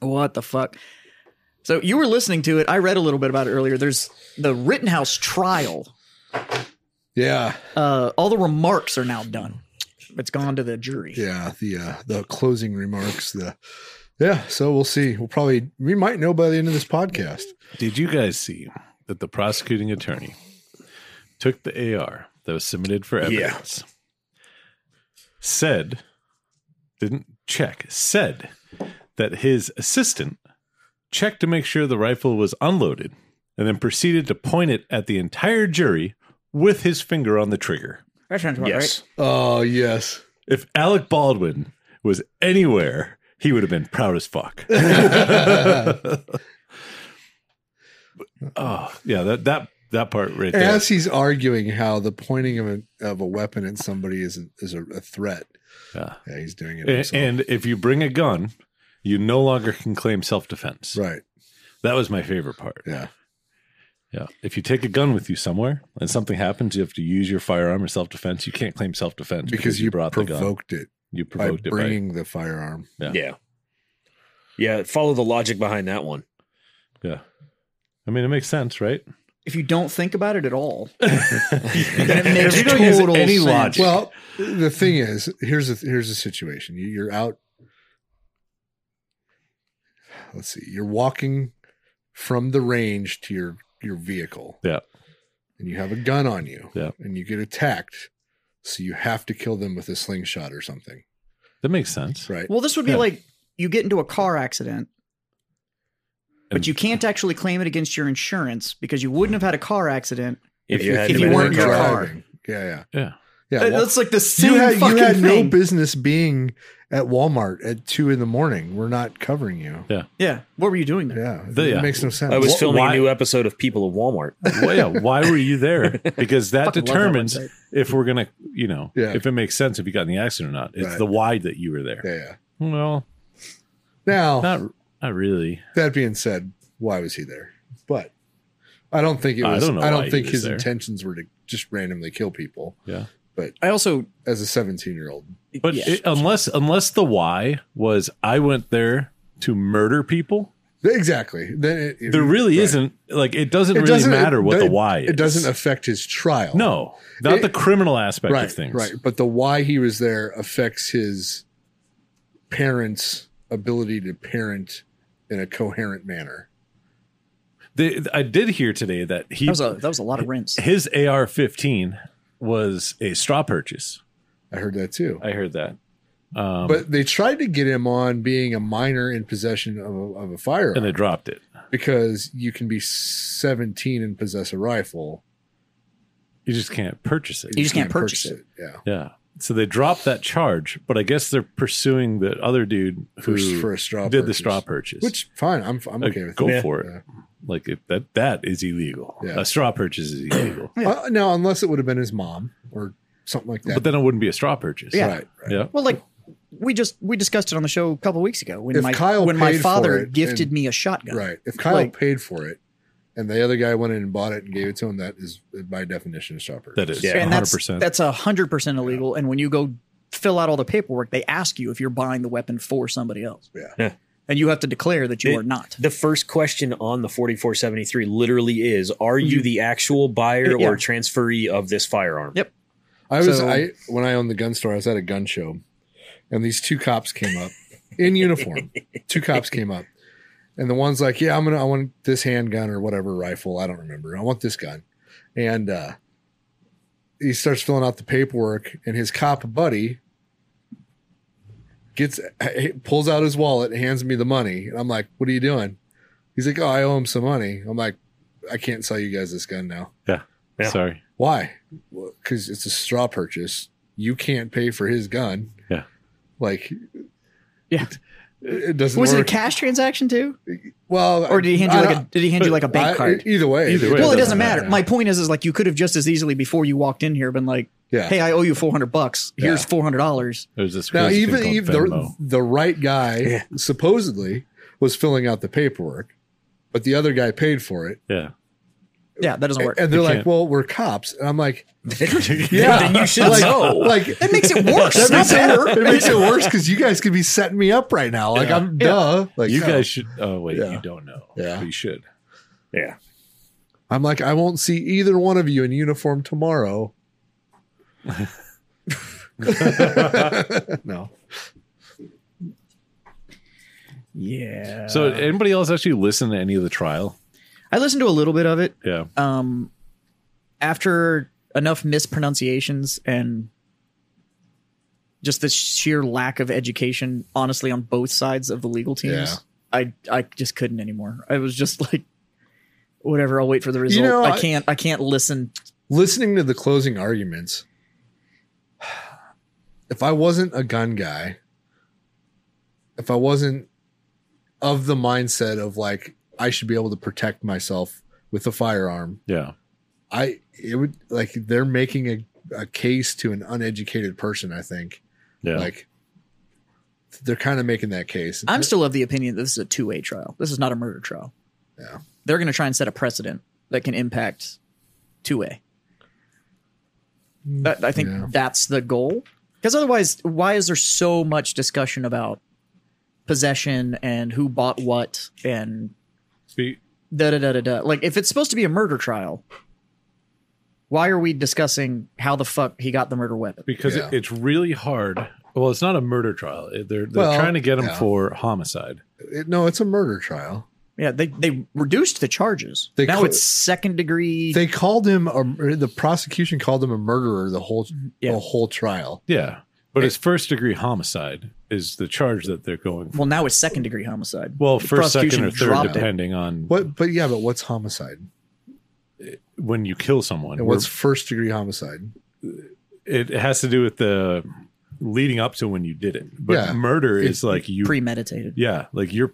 Speaker 6: what the fuck? So you were listening to it. I read a little bit about it earlier. There's the Rittenhouse trial.
Speaker 3: Yeah,
Speaker 6: Uh, all the remarks are now done. It's gone to the jury.
Speaker 3: yeah. The uh, the closing remarks. The yeah. So we'll see. We'll probably we might know by the end of this podcast.
Speaker 5: Did you guys see that the prosecuting attorney took the AR that was submitted for
Speaker 4: Yeah.
Speaker 5: evidence? Said, didn't check, said that his assistant checked to make sure the rifle was unloaded and then proceeded to point it at the entire jury with his finger on the trigger.
Speaker 6: That sounds about
Speaker 4: yes.
Speaker 3: Oh yes.
Speaker 5: If Alec Baldwin was anywhere, he would have been proud as fuck. *laughs* oh, yeah, that that that part right there.
Speaker 3: As he's arguing how the pointing of a of a weapon at somebody is a, is a, a threat.
Speaker 5: Yeah.
Speaker 3: Yeah, he's doing it.
Speaker 5: A-
Speaker 3: Himself.
Speaker 5: And if you bring a gun, you no longer can claim self-defense.
Speaker 3: right.
Speaker 5: That was my favorite part.
Speaker 3: Yeah.
Speaker 5: Yeah. If you take a gun with you somewhere and something happens, you have to use your firearm or self-defense. You can't claim self-defense
Speaker 3: Because, you,
Speaker 5: gun.
Speaker 3: provoked it
Speaker 5: You
Speaker 3: by
Speaker 5: provoked it by-
Speaker 3: bringing the firearm.
Speaker 5: Yeah.
Speaker 4: Yeah. Yeah, follow the logic behind that one.
Speaker 5: yeah. I mean, it makes sense, right?
Speaker 6: If you don't think about it at all, *laughs* then it makes
Speaker 5: you don't use
Speaker 6: total
Speaker 5: any
Speaker 6: sense.
Speaker 5: logic-
Speaker 3: Well, the thing is, here's the here's the situation. You, you're out. Let's see. You're walking from the range to your your vehicle.
Speaker 5: Yeah.
Speaker 3: And you have a gun on you.
Speaker 5: Yeah.
Speaker 3: And you get attacked, so you have to kill them with a slingshot or something,
Speaker 5: That makes sense.
Speaker 3: right?
Speaker 6: Well, this would be
Speaker 5: Yeah.
Speaker 6: like you get into a car accident, but
Speaker 5: And-
Speaker 6: you can't actually claim it against your insurance because you wouldn't have had a car accident.
Speaker 4: If you had
Speaker 6: if
Speaker 4: to
Speaker 6: you
Speaker 4: be
Speaker 6: weren't
Speaker 4: in a
Speaker 6: your car.
Speaker 3: Yeah, yeah,
Speaker 5: Yeah.
Speaker 3: yeah.
Speaker 6: Uh,
Speaker 3: well,
Speaker 6: That's like the same
Speaker 3: you had
Speaker 6: fucking
Speaker 3: you had
Speaker 6: thing.
Speaker 3: no business being at Walmart at two in the morning. We're not covering you.
Speaker 6: yeah, what were you doing there?
Speaker 3: Yeah,
Speaker 5: The-
Speaker 3: it
Speaker 5: yeah.
Speaker 3: makes no sense.
Speaker 4: I was
Speaker 5: Wh-
Speaker 4: filming
Speaker 5: why-
Speaker 4: a new episode of People of Walmart.
Speaker 5: well, yeah, why were you
Speaker 6: *laughs*
Speaker 5: there? Because that
Speaker 6: Fucking love that
Speaker 5: determines
Speaker 6: website.
Speaker 5: if we're gonna, you know,
Speaker 3: Yeah.
Speaker 5: if it makes sense if you got in the accident or not. It's
Speaker 3: Right.
Speaker 5: the why that you were there.
Speaker 3: yeah, yeah.
Speaker 5: Well,
Speaker 3: Now
Speaker 5: not not really.
Speaker 3: That being said, why was he there? But I don't think it
Speaker 5: I
Speaker 3: was. I
Speaker 5: don't
Speaker 3: don't,
Speaker 5: know why he
Speaker 3: think
Speaker 5: was
Speaker 3: his
Speaker 5: there.
Speaker 3: intentions were to just randomly kill people
Speaker 5: Yeah,
Speaker 6: I also,
Speaker 3: as a 17 year old.
Speaker 5: but
Speaker 6: yeah.
Speaker 5: it- unless unless the why was I went there to murder people,
Speaker 3: Exactly. Then it, it-
Speaker 5: there really
Speaker 3: right.
Speaker 5: isn't. Like it doesn't
Speaker 3: It
Speaker 5: really
Speaker 3: doesn't-
Speaker 5: matter what the why.
Speaker 3: It,
Speaker 5: is.
Speaker 3: doesn't affect his trial.
Speaker 5: No, not
Speaker 3: It-
Speaker 5: the criminal aspect
Speaker 3: right,
Speaker 5: of things.
Speaker 3: right. But the why he was there affects his parents' ability to parent in a coherent manner.
Speaker 5: They, I did hear today that he
Speaker 6: that was a that was a lot of rinse.
Speaker 5: his AR-15 was a straw purchase.
Speaker 3: I heard that too.
Speaker 5: I heard that. Um,
Speaker 3: but they tried to get him on being a minor in possession of a, of a firearm.
Speaker 5: and they dropped it.
Speaker 3: because you can be 17 and possess a rifle.
Speaker 5: You just can't purchase it.
Speaker 6: You just can't purchase
Speaker 3: Yeah.
Speaker 5: Yeah. So they dropped that charge, but I guess they're pursuing the other dude
Speaker 3: For,
Speaker 5: who
Speaker 3: for a straw
Speaker 5: did the
Speaker 3: purchase.
Speaker 5: straw purchase.
Speaker 3: Which, fine. I'm, I'm
Speaker 5: Uh,
Speaker 3: okay with
Speaker 5: go
Speaker 3: that.
Speaker 5: for it. like if that that is illegal.
Speaker 3: Yeah.
Speaker 5: A straw purchase is illegal.
Speaker 3: *clears throat* Yeah. Uh, now, unless it would have been his mom or something like that.
Speaker 5: But then it wouldn't be a straw purchase.
Speaker 6: Yeah.
Speaker 3: Right. right.
Speaker 5: Yeah.
Speaker 6: Well, like we just we discussed it on the show a couple weeks ago when
Speaker 3: If
Speaker 6: my
Speaker 3: Kyle
Speaker 6: when my
Speaker 3: paid for
Speaker 6: father
Speaker 3: it
Speaker 6: gifted
Speaker 3: and-
Speaker 6: me a shotgun.
Speaker 3: Right. If Kyle
Speaker 6: Like-
Speaker 3: paid for it and the other guy went in and bought it and gave it to him, that is by definition a straw purchase.
Speaker 5: That is
Speaker 4: Yeah.
Speaker 5: yeah.
Speaker 6: and that's
Speaker 5: 100%.
Speaker 6: that's a hundred percent illegal. And when you go fill out all the paperwork, they ask you if you're buying the weapon for somebody else.
Speaker 3: Yeah.
Speaker 4: Yeah.
Speaker 6: and you have to declare that you
Speaker 4: It-
Speaker 6: are not.
Speaker 4: The first question on the 4473 literally is Are you the actual buyer
Speaker 6: Mm-hmm. Yeah.
Speaker 4: or transferee of this firearm?
Speaker 6: Yep.
Speaker 3: I was
Speaker 6: So-
Speaker 3: I when I owned the gun store, I was at a gun show, and these two cops came up in uniform. Two cops came up, and the one's like, "Yeah, I'm gonna I want this handgun or whatever rifle. I don't remember. I want this gun," and uh, he starts filling out the paperwork, and his cop buddy gets pulls out his wallet, and hands me the money, and I'm like, "What are you doing?" He's like, "Oh, I owe him some money." I'm like, "I can't sell you guys this gun now."
Speaker 4: Yeah.
Speaker 5: Sorry.
Speaker 3: Why? Because it's a straw purchase. You can't pay for his gun.
Speaker 5: Yeah.
Speaker 3: Like,
Speaker 6: Yeah.
Speaker 3: it, it doesn't.
Speaker 6: Was it a
Speaker 3: work.
Speaker 6: cash transaction too,
Speaker 3: Well,
Speaker 6: or did he hand you
Speaker 3: I
Speaker 6: like a
Speaker 3: don't-
Speaker 6: did he hand you like a bank
Speaker 3: I-
Speaker 6: card?
Speaker 3: Either way,
Speaker 5: Either way,
Speaker 6: well, it
Speaker 5: doesn't
Speaker 6: doesn't matter.
Speaker 5: matter.
Speaker 6: My point is, is like you could have just as easily before you walked in here been like,
Speaker 3: yeah.
Speaker 6: "Hey, I owe you four hundred bucks. Here's
Speaker 3: Yeah.
Speaker 6: four hundred dollars."
Speaker 5: There's this
Speaker 3: now,
Speaker 5: crazy thing
Speaker 3: even
Speaker 5: called
Speaker 3: even the,
Speaker 5: Venmo.
Speaker 3: the right guy supposedly was filling out the paperwork, but the other guy paid for it.
Speaker 5: Yeah.
Speaker 6: Yeah, that doesn't work.
Speaker 3: And they're
Speaker 5: You
Speaker 3: like,
Speaker 5: can't.
Speaker 3: "Well, we're cops," and I'm
Speaker 6: *laughs*
Speaker 3: like,
Speaker 4: yeah. Then you
Speaker 3: *laughs*
Speaker 4: should
Speaker 3: like,
Speaker 4: know.
Speaker 3: Like
Speaker 6: That makes it
Speaker 3: *laughs*
Speaker 6: worse.
Speaker 3: that
Speaker 6: not
Speaker 3: makes
Speaker 6: better.
Speaker 3: it, it makes it worse because you guys could be setting me up right now. Like I'm duh. Like
Speaker 5: you
Speaker 3: no.
Speaker 5: guys should. Oh wait,
Speaker 3: Yeah.
Speaker 5: you don't know.
Speaker 3: Yeah.
Speaker 5: but you should.
Speaker 4: yeah.
Speaker 3: I'm like, I won't see either one of you in uniform tomorrow. no.
Speaker 6: Yeah.
Speaker 5: So, anybody else actually listen to any of the trial?
Speaker 6: I listened to a little bit of it
Speaker 5: Yeah,
Speaker 6: um, after enough mispronunciations and just the sheer lack of education, honestly, on both sides of the legal teams,
Speaker 3: Yeah.
Speaker 6: I I just couldn't anymore. I was just like, whatever. I'll wait for the result.
Speaker 3: know,
Speaker 6: I
Speaker 3: I-
Speaker 6: can't. I can't listen.
Speaker 3: Listening to the closing arguments, if I wasn't a gun guy, if I wasn't of the mindset of like, I should be able to protect myself with a firearm,
Speaker 5: yeah.
Speaker 3: I it would like they're making a, a case to an uneducated person, I think.
Speaker 5: Yeah.
Speaker 3: Like they're kind of making that case.
Speaker 6: I'm still of the opinion that this is a two way trial. This is not a murder trial.
Speaker 3: Yeah.
Speaker 6: They're going to try and set a precedent that can impact two way. I think
Speaker 3: Yeah.
Speaker 6: that's the goal. Because otherwise, why is there so much discussion about possession and who bought what and
Speaker 5: Be-
Speaker 6: da da da da da? Like, if it's supposed to be a murder trial, why are we discussing how the fuck he got the murder weapon?
Speaker 5: because
Speaker 3: Yeah.
Speaker 5: it, it's really hard. Well, it's not a murder trial. It- They're they're
Speaker 3: Well,
Speaker 5: trying to get him
Speaker 3: yeah.
Speaker 5: for homicide.
Speaker 3: It- no, it's a murder trial.
Speaker 6: Yeah, they they reduced the charges.
Speaker 3: They
Speaker 6: now
Speaker 3: cou-
Speaker 6: it's second degree.
Speaker 3: They called him a, the prosecution called him a murderer the whole
Speaker 6: Mm-hmm. Yeah.
Speaker 3: the whole trial.
Speaker 5: Yeah, but it's first degree homicide is the charge that they're going for.
Speaker 6: Well, now it's second degree homicide.
Speaker 5: Well,
Speaker 6: The
Speaker 5: first, second,
Speaker 6: prosecution
Speaker 5: or third,
Speaker 6: dropped it.
Speaker 5: depending on
Speaker 3: What but yeah, but what's homicide?
Speaker 5: when you kill someone.
Speaker 3: And what's first degree homicide?
Speaker 5: it has to do with the leading up to when you did it. But
Speaker 3: Yeah.
Speaker 5: murder
Speaker 3: It-
Speaker 5: is like you.
Speaker 6: Premeditated.
Speaker 5: yeah, like you're.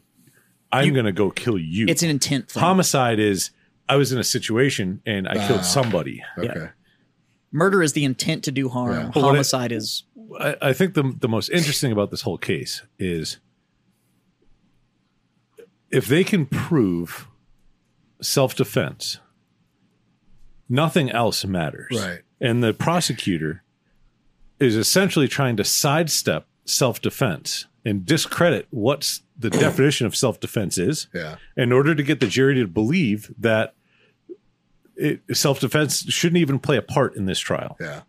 Speaker 5: I'm gonna go kill you.
Speaker 6: It's an intent thing.
Speaker 5: homicide is I was in a situation and I
Speaker 3: Ah.
Speaker 5: killed somebody.
Speaker 3: Okay.
Speaker 6: Murder is the intent to do harm.
Speaker 3: Yeah.
Speaker 5: But what I-
Speaker 6: Homicide is
Speaker 5: I, I think the the most interesting about this whole case is if they can prove self defense, nothing else matters.
Speaker 3: Right.
Speaker 5: And the prosecutor is essentially trying to sidestep self defense and discredit what's
Speaker 3: *clears throat*
Speaker 5: the definition of self defense is
Speaker 3: Yeah.
Speaker 5: in order to get the jury to believe that it, self-defense shouldn't even play a part in this trial
Speaker 3: Yeah.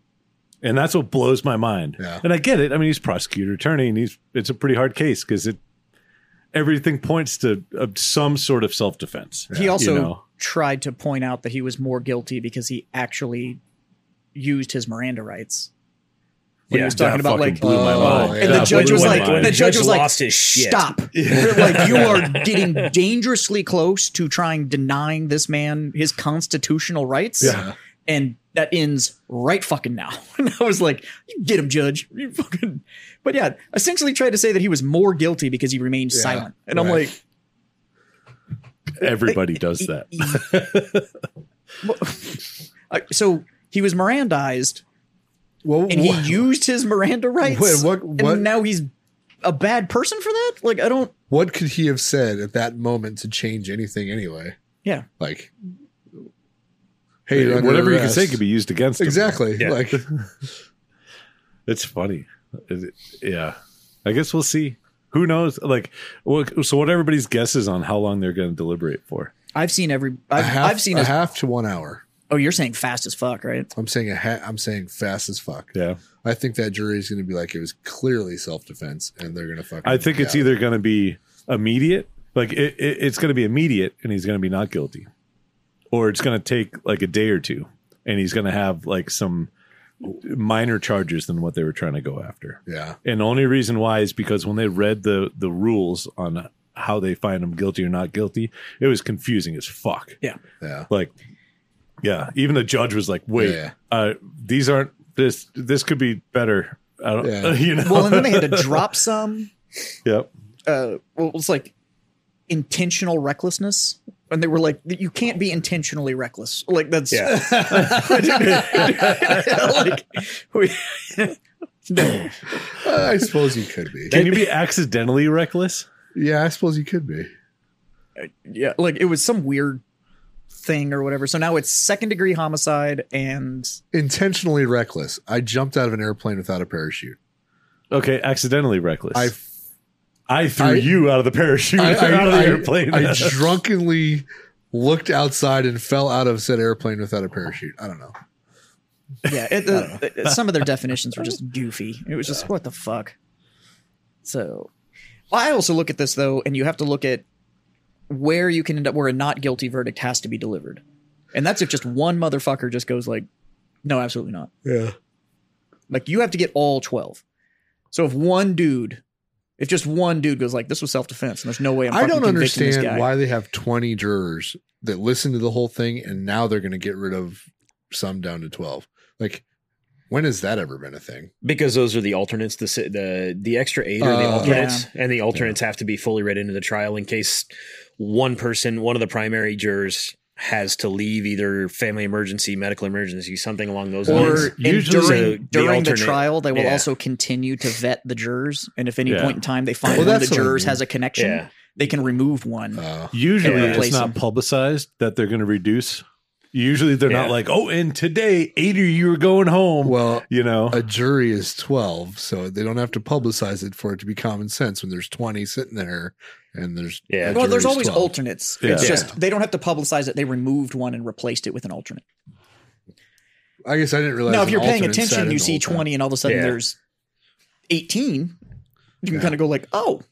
Speaker 5: and that's what blows my mind
Speaker 3: Yeah.
Speaker 5: and i get it i mean he's prosecutor attorney and he's it's a pretty hard case because it everything points to uh, some sort of self-defense
Speaker 6: he also
Speaker 5: you know.
Speaker 6: tried to point out that he was more guilty because he actually used his Miranda rights. When he was
Speaker 5: That
Speaker 6: talking about
Speaker 5: fucking
Speaker 6: like uh,
Speaker 5: blew my
Speaker 3: oh,
Speaker 5: mind.
Speaker 3: yeah.
Speaker 6: and the
Speaker 5: That
Speaker 6: judge
Speaker 5: blew
Speaker 6: was
Speaker 5: my
Speaker 6: like
Speaker 5: mind.
Speaker 6: the judge was like
Speaker 4: lost his
Speaker 3: *laughs*
Speaker 4: shit.
Speaker 6: stop. like you are getting dangerously close to trying denying this man his constitutional rights.
Speaker 5: Yeah.
Speaker 6: And that ends right fucking now. *laughs* And I was like, you get him, judge. You fucking But yeah, essentially tried to say that he was more guilty because he remained
Speaker 3: Yeah,
Speaker 6: silent. And I'm
Speaker 3: right.
Speaker 6: like, *laughs*
Speaker 5: everybody does that
Speaker 6: Uh, so he was Mirandized
Speaker 3: Well,
Speaker 6: and he
Speaker 3: what-
Speaker 6: used his Miranda rights.
Speaker 3: Wait, what- what-
Speaker 6: And now he's a bad person for that? Like, I don't.
Speaker 3: what could he have said at that moment to change anything anyway?
Speaker 6: Yeah.
Speaker 3: Like Hey, you're under
Speaker 5: whatever you can say
Speaker 3: arrest.
Speaker 5: could be used against him.
Speaker 3: Exactly.
Speaker 4: Yeah.
Speaker 3: Like
Speaker 5: It's funny. Is it- yeah. I guess we'll see. Who knows? Like, what- so what everybody's guess is on how long they're going to deliberate for.
Speaker 6: I've seen every.
Speaker 3: a
Speaker 6: I've,
Speaker 3: half,
Speaker 6: I've seen.
Speaker 3: a
Speaker 6: His,
Speaker 3: half to 1 hour.
Speaker 6: oh, you're saying fast as fuck, right?
Speaker 3: I'm saying a ha- I'm saying fast as fuck.
Speaker 5: Yeah.
Speaker 3: I think that jury is going to be like it was clearly self defense, and they're going to fucking.
Speaker 5: I think it's
Speaker 3: yeah.
Speaker 5: either going to be immediate, like it, it, it's going to be immediate and he's going to be not guilty, or it's going to take like a day or two and he's going to have like some minor charges than what they were trying to go after.
Speaker 3: yeah,
Speaker 5: And the only reason why is because when they read the the rules on how they find him guilty or not guilty, it was confusing as fuck.
Speaker 6: Yeah.
Speaker 3: yeah,
Speaker 5: like yeah even the judge was like wait
Speaker 3: Yeah.
Speaker 5: uh these aren't this this could be better i don't
Speaker 3: Yeah.
Speaker 5: *laughs* you know
Speaker 6: Well, and then they had to drop some.
Speaker 5: *laughs* yep
Speaker 6: Uh, well, it's like intentional recklessness. And they were like, you can't be intentionally reckless. Like, that's. *laughs*
Speaker 3: *laughs*
Speaker 6: like, we- no.
Speaker 3: Uh, I suppose you could be.
Speaker 5: can you be accidentally reckless
Speaker 3: yeah, I suppose you could be.
Speaker 6: yeah, like it was some weird thing or whatever. So now it's second degree homicide and
Speaker 3: Intentionally reckless. I jumped out of an airplane without a parachute.
Speaker 5: Okay, accidentally reckless.
Speaker 3: I
Speaker 5: I, threw
Speaker 3: I-
Speaker 5: you out of the parachute
Speaker 3: I,
Speaker 5: *laughs* out of the
Speaker 3: I-
Speaker 5: airplane. *laughs*
Speaker 3: I drunkenly looked outside and fell out of said airplane without a parachute. I don't know.
Speaker 6: yeah, it, uh, it-
Speaker 3: *laughs*
Speaker 6: some of their definitions were just goofy. It was just what the fuck. So, well, I also look at this though, and you have to look at where you can end up where a not guilty verdict has to be delivered, and that's if just one motherfucker just goes like, "No, absolutely not."
Speaker 3: Yeah.
Speaker 6: Like you have to get all twelve. So if one dude, if just one dude goes like, "This was self defense," and there's no way I'm
Speaker 3: I
Speaker 6: fucking
Speaker 3: don't
Speaker 6: convicting this guy.
Speaker 3: understand why they have 20 jurors that listen to the whole thing and now they're going to get rid of some down to 12. Like, when has that ever been a thing?
Speaker 4: because those are the alternates. The si- the the extra eight are the
Speaker 3: Uh,
Speaker 4: alternates, and the alternates have to be fully read into the trial in case one person, one of the primary jurors, has to leave either family emergency, medical emergency, something along those
Speaker 6: Or *laughs*
Speaker 4: lines.
Speaker 6: and
Speaker 5: Usually-
Speaker 4: So
Speaker 6: during,
Speaker 4: the
Speaker 6: during the,
Speaker 4: alternate-
Speaker 6: trial, they will
Speaker 4: yeah.
Speaker 6: also continue to vet the jurors, and if any
Speaker 5: Yeah.
Speaker 6: point in time they find
Speaker 3: Well,
Speaker 6: one of the
Speaker 3: that's what I
Speaker 6: jurors
Speaker 3: mean.
Speaker 6: has a connection,
Speaker 4: Yeah.
Speaker 6: they can remove one.
Speaker 3: Uh,
Speaker 5: Usually,
Speaker 4: Yeah.
Speaker 5: it's
Speaker 6: Replace them.
Speaker 5: not publicized that they're going to reduce. Usually, they're not
Speaker 4: Yeah.
Speaker 5: like, "Oh, and today, eight of you are going home."
Speaker 3: well,
Speaker 5: you *laughs* know,
Speaker 3: a jury is 12, so they don't have to publicize it for it to be common sense when there's 20 sitting there and there's.
Speaker 4: Yeah.
Speaker 3: a
Speaker 6: well, there's
Speaker 3: jury's
Speaker 6: always
Speaker 3: 12.
Speaker 6: alternates.
Speaker 5: Yeah.
Speaker 6: It's
Speaker 5: Yeah.
Speaker 6: just they don't have to publicize it. They removed one and replaced it with an alternate.
Speaker 3: I guess I didn't realize.
Speaker 6: Now,
Speaker 3: an
Speaker 6: if you're paying
Speaker 3: alternate sat in
Speaker 6: attention, you
Speaker 3: the
Speaker 6: see
Speaker 3: whole time.
Speaker 6: 20, and all of a sudden
Speaker 4: Yeah.
Speaker 6: there's 18. You can
Speaker 3: Yeah.
Speaker 6: kind of go like, oh,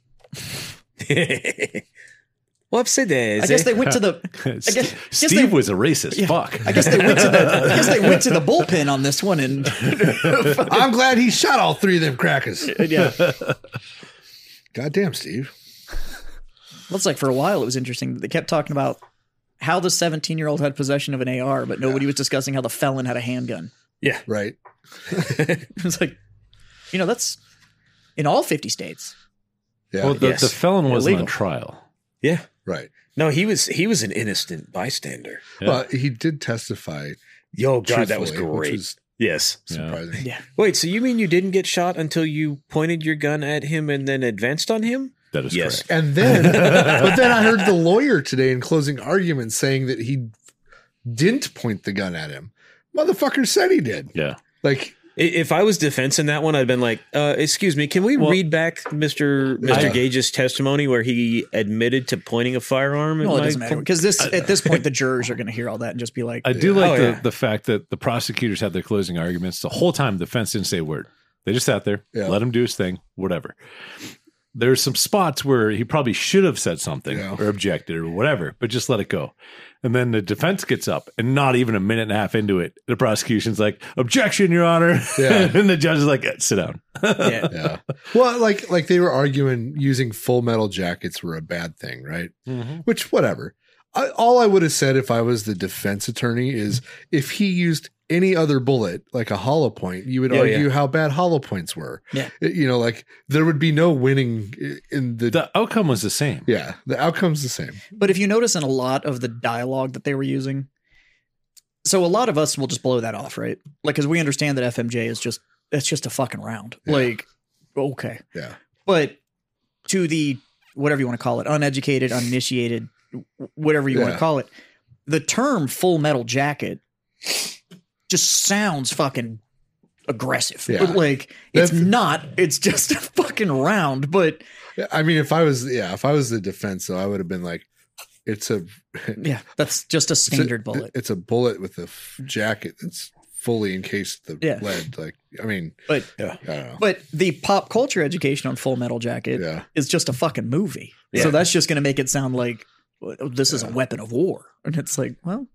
Speaker 4: Whoops! It is.
Speaker 6: I guess they went to the. I guess, guess
Speaker 5: Steve
Speaker 6: they,
Speaker 5: was a racist.
Speaker 6: Yeah.
Speaker 5: Fuck.
Speaker 6: I guess they went to the. I guess they went to the bullpen on this one, and
Speaker 3: *laughs* I'm glad he shot all three of them crackers.
Speaker 6: *laughs* yeah,
Speaker 3: *laughs* Goddamn, Steve.
Speaker 6: Looks like for a while it was interesting that they kept talking about how the 17 year old had possession of an AR, but nobody was discussing how the felon had a handgun. *laughs*
Speaker 4: yeah.
Speaker 3: Right.
Speaker 6: It was like, you know, that's in all 50 states.
Speaker 3: Yeah.
Speaker 5: well, the,
Speaker 4: Yes.
Speaker 5: the felon wasn't
Speaker 4: Illegal.
Speaker 5: on trial.
Speaker 4: Yeah.
Speaker 3: right.
Speaker 4: No, he was he was an innocent bystander.
Speaker 5: Yeah.
Speaker 3: Well, he did testify.
Speaker 4: Yo, God, that was
Speaker 3: truthfully,
Speaker 4: great.
Speaker 3: Which was
Speaker 4: yes.
Speaker 3: surprising.
Speaker 6: Yeah.
Speaker 4: Wait, so you mean you didn't get shot until you pointed your gun at him and then advanced on him?
Speaker 5: That is
Speaker 4: Yes.
Speaker 5: correct.
Speaker 3: And
Speaker 5: *laughs*
Speaker 3: then, but then I heard the lawyer today in closing argument saying that he didn't point the gun at him. Motherfucker said he did.
Speaker 5: Yeah.
Speaker 3: Like,
Speaker 4: I- If I was defense in that one, I'd been like, uh, "Excuse me, can we
Speaker 5: Well-
Speaker 4: read back Mister Mister
Speaker 3: I-
Speaker 4: Gage's testimony where he admitted to pointing a firearm?" at
Speaker 6: Well, it
Speaker 4: my
Speaker 6: doesn't matter
Speaker 4: pol-
Speaker 6: because this at this point the jurors are going to hear all that and just be like,
Speaker 5: I do
Speaker 4: Oh,
Speaker 5: like the,
Speaker 4: yeah.
Speaker 5: the fact that the prosecutors had their closing arguments the whole time. The defense didn't say a word. They just sat there,
Speaker 3: Yeah.
Speaker 5: let him do his thing, whatever. There's some spots where he probably should have said something
Speaker 3: Yeah.
Speaker 5: or objected or whatever, but just let it go. And then the defense gets up, and not even a minute and a half into it, the prosecution's like, "Objection, Your Honor!"
Speaker 3: Yeah.
Speaker 5: *laughs* and the judge is like, "Eh, "Sit down."
Speaker 4: Yeah.
Speaker 3: yeah. *laughs* Well, like, like they were arguing using full metal jackets were a bad thing, right? Which, whatever. I, all I would have said if I was the defense attorney is if he used any other bullet, like a hollow point, you would
Speaker 4: Yeah,
Speaker 3: argue how bad hollow points were.
Speaker 6: Yeah.
Speaker 3: You know, like there would be no winning in the.
Speaker 5: The outcome was the same.
Speaker 3: yeah, the outcome's the same.
Speaker 6: But if you notice in a lot of the dialogue that they were using, so a lot of us will just blow that off, right? Like, because we understand that FMJ is just it's just a fucking round.
Speaker 3: Yeah.
Speaker 6: Like, okay,
Speaker 3: Yeah.
Speaker 6: But to the whatever you want to call it, uneducated, uninitiated, wh- whatever you want
Speaker 3: Yeah.
Speaker 6: to call it, the term "full metal jacket" just sounds fucking aggressive.
Speaker 3: Yeah.
Speaker 6: Like, it's
Speaker 3: That's-
Speaker 6: not. It's just a fucking round, but.
Speaker 3: I mean, if I was, yeah, if I was the defense, though, I would have been like, it's a
Speaker 6: Yeah, that's just a standard
Speaker 3: it's a,
Speaker 6: bullet.
Speaker 3: It's a bullet with a f- jacket that's fully encased the
Speaker 6: Yeah.
Speaker 3: lead. Like, I mean,
Speaker 6: But
Speaker 3: I don't know.
Speaker 6: but the pop culture education on Full Metal Jacket
Speaker 3: yeah,
Speaker 6: is just a fucking movie.
Speaker 4: Yeah.
Speaker 6: So that's just going to make it sound like well, this is a
Speaker 3: Yeah.
Speaker 6: weapon of war, and it's like, well,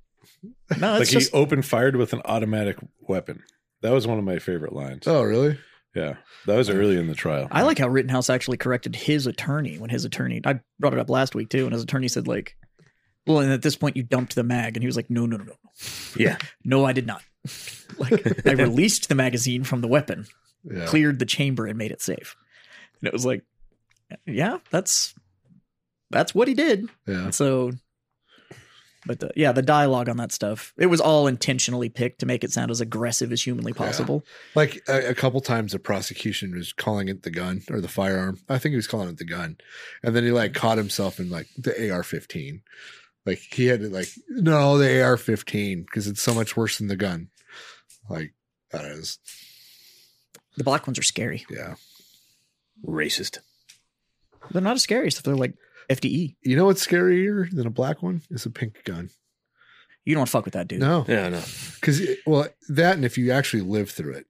Speaker 6: no,
Speaker 5: *laughs* like
Speaker 6: it's just
Speaker 5: he open fired with an automatic weapon. That was one of my favorite lines.
Speaker 3: oh really?
Speaker 5: Yeah, that was early in the trial.
Speaker 6: I like how Rittenhouse actually corrected his attorney when his attorney. I brought it up last week too, and his attorney said like, "Well, and at this point you dumped the mag," and he was like, "No, no, no, no,
Speaker 4: Yeah.
Speaker 6: *laughs* no, I did not. like, I released the magazine from the weapon,
Speaker 3: Yeah,
Speaker 6: cleared the chamber, and made it safe." And it was like, yeah, that's that's what he did.
Speaker 3: yeah.
Speaker 6: So, but the, yeah, the dialogue on that stuff, it was all intentionally picked to make it sound as aggressive as humanly possible.
Speaker 3: Like a, a couple times, the prosecution was calling it the gun or the firearm. I think he was calling it the gun, and then he like caught himself in like the AR-15. Like he had to like no the AR-15 because it's so much worse than the gun. Like that is
Speaker 6: The black ones are scary.
Speaker 3: yeah.
Speaker 4: Racist.
Speaker 6: They're not as scary as if they're like E. FDE.
Speaker 3: You know what's scarier than a black one is a pink gun.
Speaker 6: You don't fuck with that dude.
Speaker 3: No,
Speaker 4: Yeah, no. *laughs*
Speaker 3: because well that and if you actually live through it,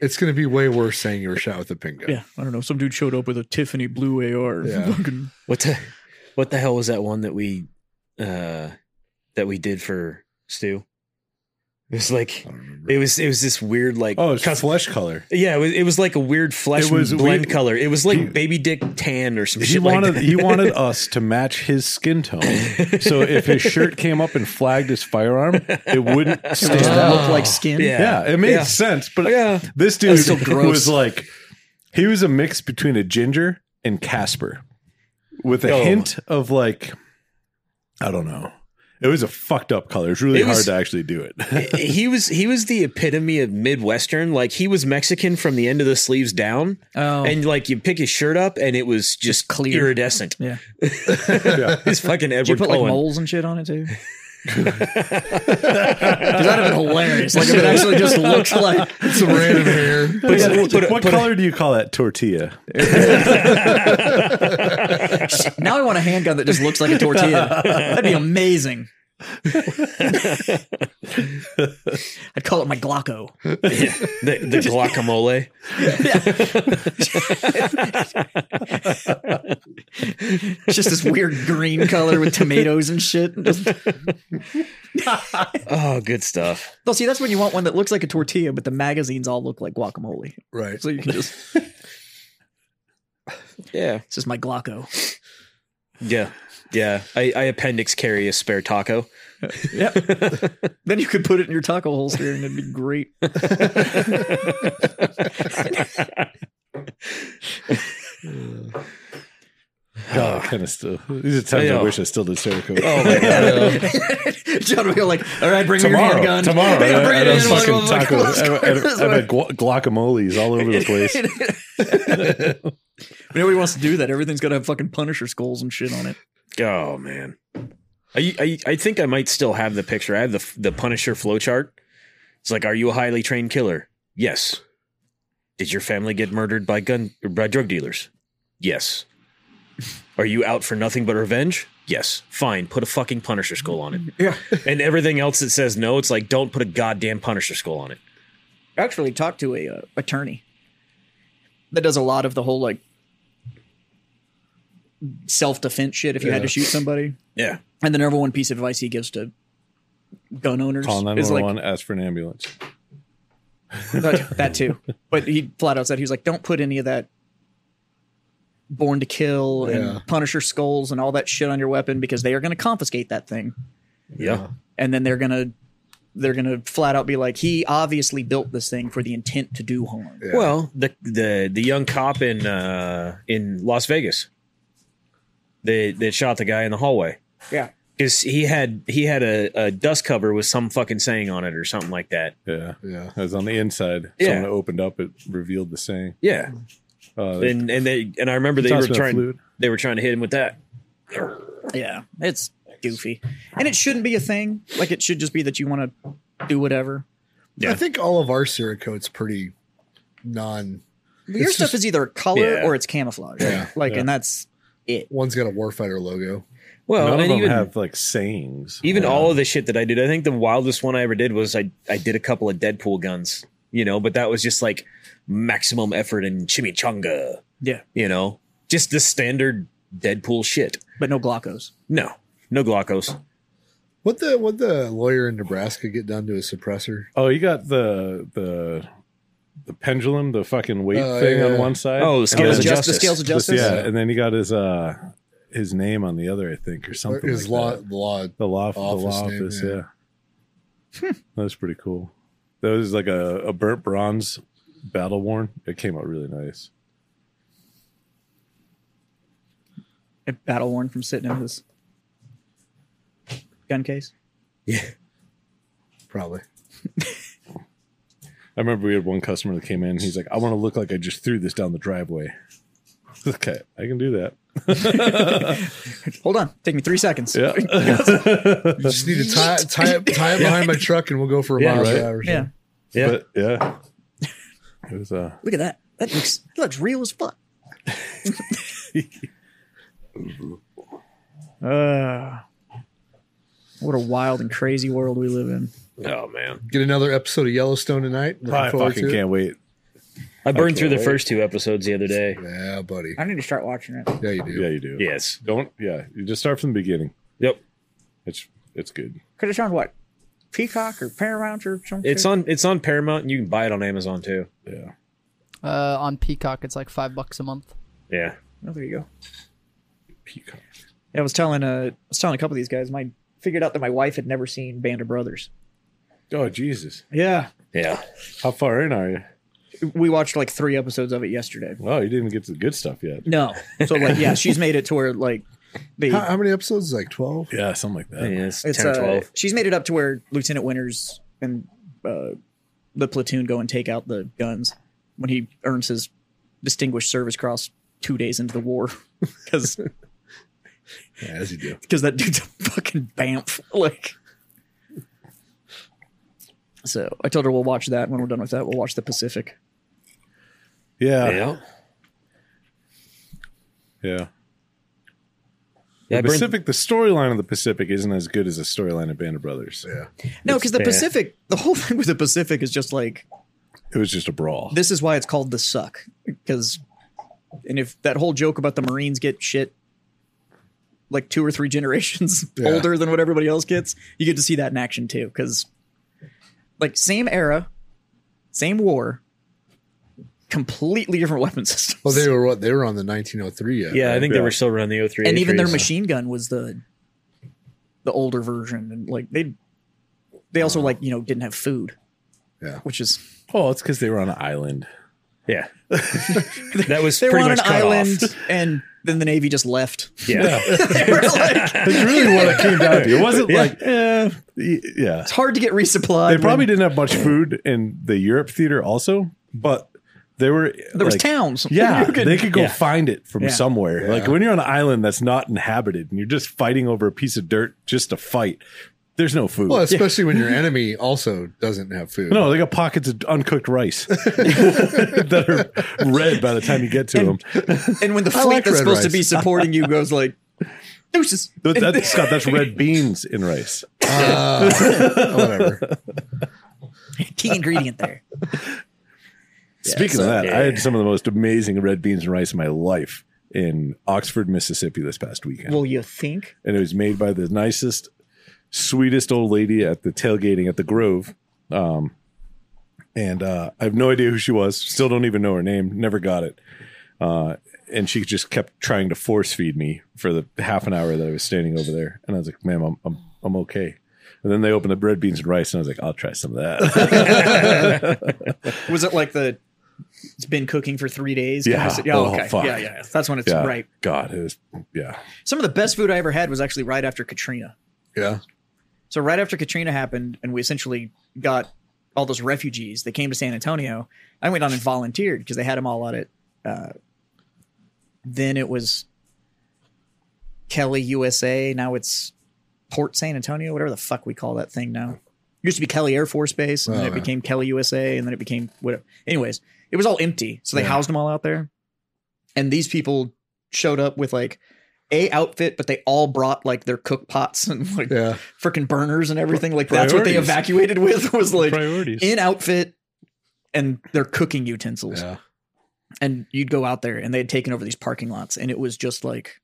Speaker 3: it's going to be way worse saying you were shot with a pink gun.
Speaker 6: Yeah, I don't know. Some dude showed up with a Tiffany blue AR.
Speaker 3: Yeah.
Speaker 6: *laughs* Fucking-
Speaker 4: what the what the hell was that one that we uh that we did for Stu? It was like
Speaker 3: I don't remember.
Speaker 4: it was it was this weird like
Speaker 5: Oh, it's
Speaker 4: cus-
Speaker 5: flesh color.
Speaker 4: yeah, it was, it was like a weird flesh
Speaker 5: It was
Speaker 4: blend
Speaker 5: weird-
Speaker 4: color. It was like
Speaker 5: He-
Speaker 4: baby dick tan or some
Speaker 5: He
Speaker 4: shit
Speaker 5: wanted
Speaker 4: like that. *laughs*
Speaker 5: he wanted us to match his skin tone. So if his shirt came up and flagged his firearm, it wouldn't
Speaker 6: It
Speaker 5: stand
Speaker 6: just
Speaker 5: out.
Speaker 6: looked like skin.
Speaker 5: Yeah, it made
Speaker 4: Yeah. Oh,
Speaker 5: sense, but
Speaker 4: Yeah.
Speaker 5: this dude
Speaker 4: That's so gross.
Speaker 5: was like he was a mix between a ginger and Casper with a
Speaker 4: Yo.
Speaker 5: hint of like I don't know. It was a fucked up color. It's really
Speaker 4: It
Speaker 5: hard
Speaker 4: was-
Speaker 5: to actually
Speaker 4: *laughs*
Speaker 5: do it.
Speaker 4: he was he was the epitome of Midwestern. Like he was Mexican from the end of the sleeves down,
Speaker 6: Oh,
Speaker 4: and like you pick his shirt up, and it was just
Speaker 6: clear.
Speaker 4: iridescent. *laughs*
Speaker 6: yeah.
Speaker 4: It's fucking
Speaker 6: Did you
Speaker 4: Edward
Speaker 6: put like
Speaker 4: Cullen.
Speaker 6: moles and shit on it too? *laughs* Because that'd have been hilarious. Like if it actually just looks like
Speaker 3: some random hair.
Speaker 4: Put-
Speaker 5: Yeah,
Speaker 4: put- put-
Speaker 5: what
Speaker 4: put-
Speaker 5: color do you call that tortilla?
Speaker 6: Now I want a handgun that just looks like a tortilla. That'd be amazing. I'd call it my Glocko. *laughs*
Speaker 4: Yeah. the, the guacamole.
Speaker 6: It's just this weird green color with tomatoes and shit. Just-
Speaker 4: Oh, good stuff.
Speaker 6: No, see, that's when you want one that looks like a tortilla, but the magazines all look like guacamole.
Speaker 3: Right.
Speaker 6: So you can just,
Speaker 4: Yeah,
Speaker 6: this is my Glocko.
Speaker 4: yeah, yeah. I, I appendix carry a spare taco.
Speaker 6: Then you could put it in your taco holster and it'd be great.
Speaker 5: Oh, kind of still. These are times
Speaker 4: Ah. Yeah.
Speaker 5: I wish I still did Cerakote.
Speaker 4: Oh
Speaker 5: *laughs*
Speaker 4: my god.
Speaker 6: *laughs* John would go like, all right, bring
Speaker 5: tomorrow,
Speaker 6: me your handgun.
Speaker 5: tomorrow,
Speaker 6: Bring,
Speaker 5: I-
Speaker 6: bring
Speaker 5: I
Speaker 6: it
Speaker 5: had a
Speaker 6: in. *laughs* Like,
Speaker 5: fucking
Speaker 6: well, like,
Speaker 5: taco.
Speaker 6: let's
Speaker 5: I
Speaker 6: go
Speaker 5: had- I had-
Speaker 6: this
Speaker 5: I
Speaker 6: way.
Speaker 5: had guac- guacamoles all over the place.
Speaker 6: Nobody wants to do that. Everything's got to have fucking Punisher skulls and shit on it.
Speaker 4: Oh man, I, I I think I might still have the picture. I have the the Punisher flowchart. It's like, are you a highly trained killer? Yes. Did your family get murdered by gun by drug dealers? Yes. Are you out for nothing but revenge? Yes. Fine. Put a fucking Punisher skull on it.
Speaker 6: Yeah.
Speaker 4: And everything else that says no, it's like don't put a goddamn Punisher skull on it.
Speaker 6: actually talked to a uh, attorney that does a lot of the whole like self defense shit if you had to shoot somebody.
Speaker 4: Yeah.
Speaker 6: And the number one piece of advice he gives to gun owners
Speaker 5: Call
Speaker 6: is like
Speaker 5: 911, ask for an ambulance.
Speaker 6: like, that too. But he flat out said he was like, don't put any of that born to kill
Speaker 3: Yeah.
Speaker 6: and Punisher skulls and all that shit on your weapon because they are going to confiscate that thing.
Speaker 4: Yeah.
Speaker 6: and then they're gonna they're gonna flat out be like he obviously built this thing for the intent to do harm
Speaker 3: Yeah.
Speaker 4: Well, the the the young cop in uh, in Las Vegas, they that shot the guy in the hallway
Speaker 6: yeah
Speaker 4: because he had he had a, a dust cover with some fucking saying on it or something like that.
Speaker 5: Yeah.
Speaker 3: yeah.
Speaker 5: I was on the inside.
Speaker 4: Yeah.
Speaker 5: Someone opened up, it revealed the saying.
Speaker 4: Yeah,
Speaker 5: Uh,
Speaker 4: and and they and I remember they
Speaker 5: Toss
Speaker 4: were
Speaker 5: me a
Speaker 4: trying
Speaker 5: flute.
Speaker 4: they were trying to hit him with that.
Speaker 6: yeah it's goofy and it shouldn't be a thing like it should just be that you want to do whatever
Speaker 4: Yeah.
Speaker 3: I think all of our Cerakote's pretty non.
Speaker 6: your
Speaker 3: It's
Speaker 6: stuff
Speaker 3: just-
Speaker 6: is either color
Speaker 4: Yeah.
Speaker 6: or it's camouflage
Speaker 3: Yeah.
Speaker 6: like
Speaker 5: Yeah.
Speaker 6: and that's it
Speaker 3: One's got a warfighter logo.
Speaker 4: Well,
Speaker 5: none of
Speaker 4: Oh, and
Speaker 5: them
Speaker 4: even E-
Speaker 5: have like sayings.
Speaker 4: even all of the shit that I did, I think the wildest one I ever did was I I did a couple of Deadpool guns, you know, but that was just like maximum effort and chimichanga,
Speaker 6: yeah
Speaker 4: you know, just the standard Deadpool shit.
Speaker 6: but no glockos
Speaker 4: No, no Glaucos.
Speaker 3: What the what the lawyer in Nebraska get done to his suppressor?
Speaker 5: Oh, you got the the the pendulum, the fucking weight
Speaker 3: Oh,
Speaker 5: thing
Speaker 3: yeah.
Speaker 5: on one side.
Speaker 4: Oh, the scales
Speaker 5: and
Speaker 4: of
Speaker 5: then-
Speaker 6: just the
Speaker 4: justice.
Speaker 6: scales of
Speaker 5: just-
Speaker 6: justice
Speaker 5: Yeah, and then you got his uh his name on the other, I think, or
Speaker 3: Or
Speaker 5: something.
Speaker 3: his
Speaker 5: like
Speaker 3: law
Speaker 5: that.
Speaker 3: law.
Speaker 5: the law the law
Speaker 3: office name,
Speaker 5: office.
Speaker 3: yeah.
Speaker 5: yeah, *laughs* that was pretty cool. That was like a, a burnt bronze battle worn. It came out really nice.
Speaker 6: And battle worn from sitting in his gun case
Speaker 3: Probably.
Speaker 5: I remember we had one *laughs* customer that came in. He's like, "I want to look like I just threw this down the driveway." okay, I can do that.
Speaker 6: Hold on, take me three seconds.
Speaker 3: *laughs*
Speaker 5: Yeah.
Speaker 3: You just need to tie tie it, tie it behind my truck, and we'll go for a
Speaker 4: Yeah,
Speaker 3: mile
Speaker 5: right.
Speaker 3: an hour. or
Speaker 6: Yeah.
Speaker 4: Yeah.
Speaker 5: But yeah. It was uh
Speaker 6: Look at that. That looks that looks real as fuck. *laughs* uh, what a wild and crazy world we live in.
Speaker 4: Oh man,
Speaker 3: something. Get another episode of Yellowstone tonight. Looking
Speaker 5: I
Speaker 3: forward
Speaker 5: fucking
Speaker 3: to it.
Speaker 5: can't wait.
Speaker 4: I burned through the
Speaker 5: wait.
Speaker 4: first two episodes the other day.
Speaker 3: Yeah, buddy.
Speaker 6: I need to start watching it.
Speaker 3: Yeah, you do.
Speaker 5: Yeah, you do.
Speaker 4: Yes.
Speaker 5: Don't yeah, you just start from the beginning.
Speaker 4: Yep.
Speaker 5: It's it's good.
Speaker 6: Could it's on what? Peacock or Paramount or something?
Speaker 4: It's on. It's on Paramount, and you can buy it on Amazon too.
Speaker 5: Yeah.
Speaker 7: Uh, on Peacock, it's like five bucks a month.
Speaker 4: Yeah.
Speaker 6: Oh, there you go.
Speaker 5: Peacock.
Speaker 6: Yeah, I was telling uh, I was telling a couple of these guys. My figured out that my wife had never seen Band of Brothers.
Speaker 5: Oh Jesus.
Speaker 6: Yeah,
Speaker 4: Yeah.
Speaker 5: How far in are you?
Speaker 6: we watched like three episodes of it yesterday.
Speaker 5: Wow, you didn't even get to the good stuff yet.
Speaker 6: No, so like yeah, she's made it to where like the
Speaker 3: How, how many episodes? Like twelve.
Speaker 5: Yeah, something like that.
Speaker 4: Yeah, it's,
Speaker 6: it's
Speaker 4: ten or
Speaker 6: uh,
Speaker 4: twelve.
Speaker 6: she's made it up to where Lieutenant Winters and uh, the platoon go and take out the guns when he earns his Distinguished Service Cross two days into the war *laughs*
Speaker 4: *laughs*
Speaker 6: because
Speaker 3: Yeah, as you do.
Speaker 6: because that dude's a fucking bamf. *laughs* Like, so I told her we'll watch that when we're done with that. We'll watch the Pacific. uh,
Speaker 5: Yeah. Yeah.
Speaker 4: yeah. Yeah. I
Speaker 5: The
Speaker 4: burned-
Speaker 5: Pacific, the storyline of the Pacific isn't as good as the storyline of Band of Brothers.
Speaker 3: Yeah.
Speaker 6: No,
Speaker 4: It's
Speaker 6: because the
Speaker 4: bad.
Speaker 6: Pacific, the whole *laughs* thing with the Pacific is just like
Speaker 5: It was just a brawl.
Speaker 6: this is why it's called the suck because and if that whole joke about the marines get shit like two or three *laughs* generations
Speaker 3: Yeah.
Speaker 6: older than what everybody else gets you get to see that in action too because like same era same war completely different weapon systems
Speaker 3: Well, they were what? They were on the 1903. Yet,
Speaker 4: yeah, I
Speaker 3: right?
Speaker 4: think
Speaker 5: Yeah.
Speaker 4: they were still running the 03.
Speaker 6: and even their machine gun was the the older version and like they they also like you know didn't have food
Speaker 3: Yeah.
Speaker 6: which is
Speaker 5: Oh, it's because they were on an island.
Speaker 4: Yeah.
Speaker 6: *laughs*
Speaker 4: that was
Speaker 6: they were
Speaker 4: pretty
Speaker 6: on
Speaker 4: much
Speaker 6: an
Speaker 4: cut
Speaker 6: island
Speaker 4: off.
Speaker 6: and then the navy just
Speaker 4: *laughs*
Speaker 6: left
Speaker 4: Yeah.
Speaker 6: They were like-
Speaker 5: That's really what it came down to. It wasn't
Speaker 4: Yeah.
Speaker 5: like, eh, y-
Speaker 6: *laughs*
Speaker 5: yeah.
Speaker 6: It's hard to get resupplied.
Speaker 5: They probably
Speaker 6: when
Speaker 5: didn't have much food in the Europe theater, also, but they were
Speaker 6: there was
Speaker 5: like,
Speaker 6: towns. *laughs*
Speaker 5: *laughs* Yeah,
Speaker 6: You could-
Speaker 5: they could go
Speaker 4: yeah.
Speaker 5: find it from
Speaker 6: Yeah.
Speaker 5: somewhere. Like
Speaker 3: Yeah.
Speaker 5: when you're on an island that's not inhabited and you're just fighting over a piece of dirt just to fight. There's no food.
Speaker 3: Well, especially when your enemy also doesn't have food.
Speaker 5: No, they got pockets of uncooked rice *laughs* that are red by the time you get to them.
Speaker 6: and when the
Speaker 3: I
Speaker 6: fleet
Speaker 3: like
Speaker 6: that's
Speaker 3: red
Speaker 6: supposed to
Speaker 3: rice.
Speaker 6: be supporting
Speaker 5: *laughs*
Speaker 6: you goes like, deuces.
Speaker 5: That, that- Scott, that's red beans in rice.
Speaker 3: Uh,
Speaker 5: *laughs*
Speaker 3: whatever.
Speaker 6: Key ingredient there.
Speaker 5: Speaking of that, I had
Speaker 4: yeah.
Speaker 5: some of the most amazing red beans and rice in my life in Oxford, Mississippi this past weekend.
Speaker 6: Will you think?
Speaker 5: and it was made by the nicest, sweetest old lady at the tailgating at the Grove. Um, and uh, I have no idea who she was. Still don't even know her name. Never got it. Uh, and she just kept trying to force feed me for the half an hour that I was standing over there. And I was like, "Ma'am, I'm I'm, I'm okay." And then they opened the bread, beans, and rice, and I was like, "I'll try some of that."
Speaker 6: Was it like the it's been cooking for three days?
Speaker 5: Yeah.
Speaker 6: Kind of si- yeah.
Speaker 5: Oh,
Speaker 6: okay.
Speaker 5: fuck.
Speaker 6: Yeah, yeah. That's when it's
Speaker 5: yeah,
Speaker 6: right.
Speaker 5: *laughs* God, it was yeah.
Speaker 6: Some of the best food I ever had was actually right after Katrina.
Speaker 3: Yeah.
Speaker 6: So right after Katrina happened, and we essentially got all those refugees. They came to San Antonio. I went on and volunteered because they had them all out at. Uh, then it was Kelly USA. Now it's Port San Antonio, whatever the fuck we call that thing now. It used to be Kelly Air Force Base, and then
Speaker 3: Oh,
Speaker 6: it
Speaker 3: yeah.
Speaker 6: became Kelly USA, and then it became whatever. Anyways, it was all empty, so they housed them all out there. And these people showed up with like a outfit, but they all brought like their cook pots *laughs* and like
Speaker 3: Yeah.
Speaker 6: freaking burners and everything. Like that's what they
Speaker 5: Priorities.
Speaker 6: evacuated with *laughs* was like
Speaker 5: Priorities.
Speaker 6: in outfit and their cooking utensils.
Speaker 3: Yeah.
Speaker 6: And you'd go out there and they had taken over these parking lots and it was just like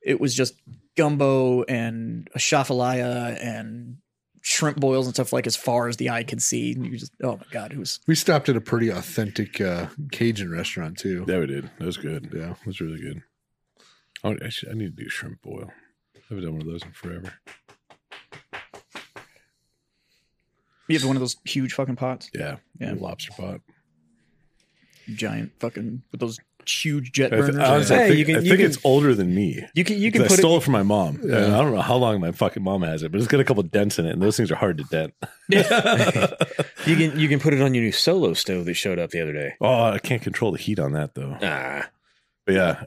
Speaker 6: it was just gumbo and a shafalaya and shrimp boils and stuff like as far as the eye could see. And you just oh my god, it was
Speaker 3: We stopped at a pretty authentic uh, Cajun restaurant too.
Speaker 5: Yeah, we did. That was good.
Speaker 3: Yeah.
Speaker 5: That was really good. Oh, I, should, I need to do shrimp boil. I haven't done one of those in forever.
Speaker 6: you have one of those huge fucking pots.
Speaker 5: Yeah.
Speaker 6: Yeah.
Speaker 5: Lobster pot.
Speaker 6: Giant fucking with those huge jet
Speaker 5: I, th-
Speaker 6: burners.
Speaker 5: honestly, I
Speaker 4: Hey,
Speaker 5: think,
Speaker 4: you can-
Speaker 5: I
Speaker 4: you
Speaker 5: think
Speaker 4: can-
Speaker 5: it's older than me.
Speaker 4: You can you can
Speaker 5: I
Speaker 4: put
Speaker 5: stole
Speaker 4: it.
Speaker 5: it from my mom. and
Speaker 3: Yeah.
Speaker 5: I don't know how long my fucking mom has it, but it's got a couple dents in it, and those things are hard to dent.
Speaker 4: You can you can put it on your new solo stove that showed up the other day.
Speaker 5: Oh, I can't control the heat on that though.
Speaker 4: Ah.
Speaker 5: But yeah,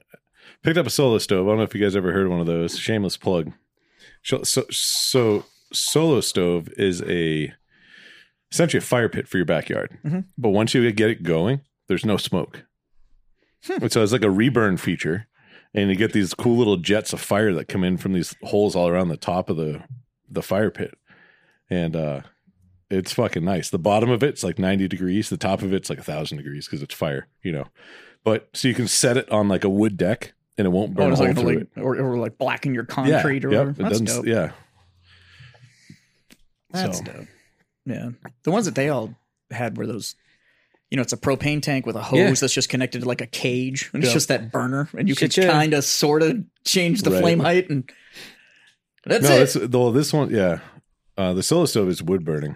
Speaker 5: Picked up a solo stove. I don't know if you guys ever heard of one of those. Shameless plug. So, so, so solo stove is a essentially a fire pit for your backyard.
Speaker 6: Mhm.
Speaker 5: But once you get it going, there's no smoke.
Speaker 6: Hmm.
Speaker 5: And So it's like a reburn feature, and you get these cool little jets of fire that come in from these holes all around the top of the the fire pit, and uh, it's fucking nice. The bottom of it's like 90 degrees. The top of it's like a thousand degrees because it's fire, you know. But so you can set it on like a wood deck and it won't burn
Speaker 6: Or,
Speaker 5: a
Speaker 6: Oh, it's
Speaker 5: hole
Speaker 6: like,
Speaker 5: through
Speaker 6: like,
Speaker 5: it.
Speaker 6: or, or like blacking your concrete or
Speaker 5: yep,
Speaker 6: whatever.
Speaker 5: it
Speaker 6: That's dope.
Speaker 5: doesn't- Yeah.
Speaker 6: That's
Speaker 5: So-
Speaker 6: dope. Yeah. The ones that they all had were those, you know, it's a propane tank with a hose
Speaker 4: Yeah.
Speaker 6: that's just connected to like a cage and it's
Speaker 5: Yeah.
Speaker 6: just that burner and you
Speaker 4: Shit,
Speaker 6: can
Speaker 4: yeah.
Speaker 6: kind of sort of change the
Speaker 5: Right.
Speaker 6: flame height and that's
Speaker 5: no,
Speaker 6: it.
Speaker 5: it's well, this one, yeah. Uh, the solo stove is wood burning.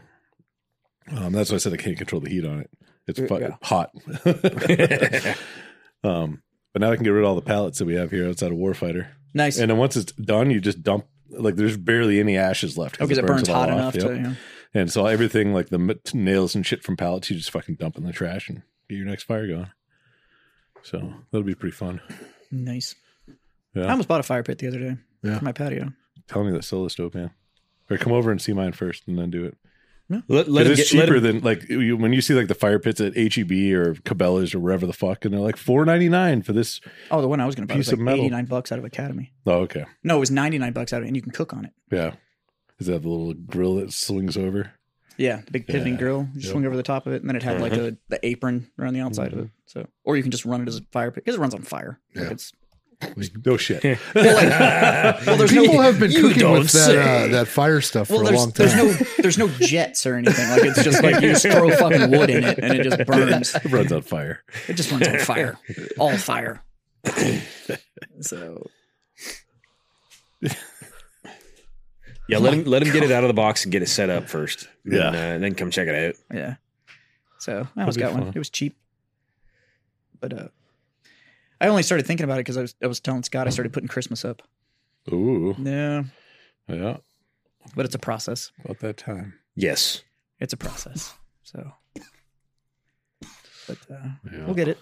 Speaker 5: Um, that's why I said I can't control the heat on it. It's fu- hot. *laughs* um, but now I can get rid of all the pallets that we have here outside of Warfighter.
Speaker 6: nice.
Speaker 5: And then once it's done, you just dump like there's barely any ashes left
Speaker 6: because it burns,
Speaker 5: all
Speaker 6: hot
Speaker 5: off,
Speaker 6: enough
Speaker 5: yep.
Speaker 6: to, you know.
Speaker 5: And so everything like the m- nails and shit from pallets, you just fucking dump in the trash and get your next fire going. So that'll be pretty fun.
Speaker 6: Nice.
Speaker 5: Yeah.
Speaker 6: I almost bought a fire pit the other day
Speaker 3: Yeah.
Speaker 6: for my patio.
Speaker 5: Tell me that solo stove, man. Or come over and see mine first and then do it.
Speaker 4: Let, let him
Speaker 5: Because
Speaker 4: get
Speaker 5: it's
Speaker 4: let
Speaker 5: cheaper
Speaker 4: him-
Speaker 5: than like you, when you see like the fire pits at HEB or Cabela's or wherever the fuck, and they're like four ninety nine for this.
Speaker 6: Oh, the one I was going to buy
Speaker 5: Piece
Speaker 6: was
Speaker 5: of
Speaker 6: like
Speaker 5: metal.
Speaker 6: 89 bucks out of Academy.
Speaker 5: Oh, okay,
Speaker 6: No, it was 99 bucks out of it and you can cook on it.
Speaker 5: yeah. Is that the little grill that swings over?
Speaker 6: Yeah, the big pivoting
Speaker 5: Yeah.
Speaker 6: grill. You
Speaker 5: Yep.
Speaker 6: swing over the top of it, and then it had like the, the apron around the outside of it. So, or you can just run it as a fire pit because it runs on fire. Like,
Speaker 3: Yeah.
Speaker 6: it's- *laughs*
Speaker 5: No
Speaker 3: *laughs*
Speaker 5: shit.
Speaker 6: well, there's
Speaker 3: People
Speaker 6: no
Speaker 3: have been
Speaker 6: you
Speaker 3: cooking
Speaker 6: don't
Speaker 3: with that uh,
Speaker 6: say.
Speaker 3: that fire stuff
Speaker 6: well,
Speaker 3: for a
Speaker 6: there's,
Speaker 3: long time.
Speaker 6: there's no there's no jets or anything. Like it's just like you just throw fucking wood in it and it just burns.
Speaker 5: It runs on fire.
Speaker 6: It just runs on fire, all fire. *coughs* So
Speaker 4: yeah, let him let him get it out of the box and get it set up first.
Speaker 5: Yeah.
Speaker 4: and, uh, and then come check it out.
Speaker 6: yeah, so I almost
Speaker 5: be
Speaker 6: got one.
Speaker 5: fun.
Speaker 6: It was cheap, but uh, I only started thinking about it because I was I was telling Scott I started putting Christmas up.
Speaker 5: Ooh,
Speaker 6: No,
Speaker 5: yeah.
Speaker 6: but it's a process.
Speaker 5: About that time.
Speaker 4: Yes,
Speaker 6: it's a process. So, but uh, we'll get it.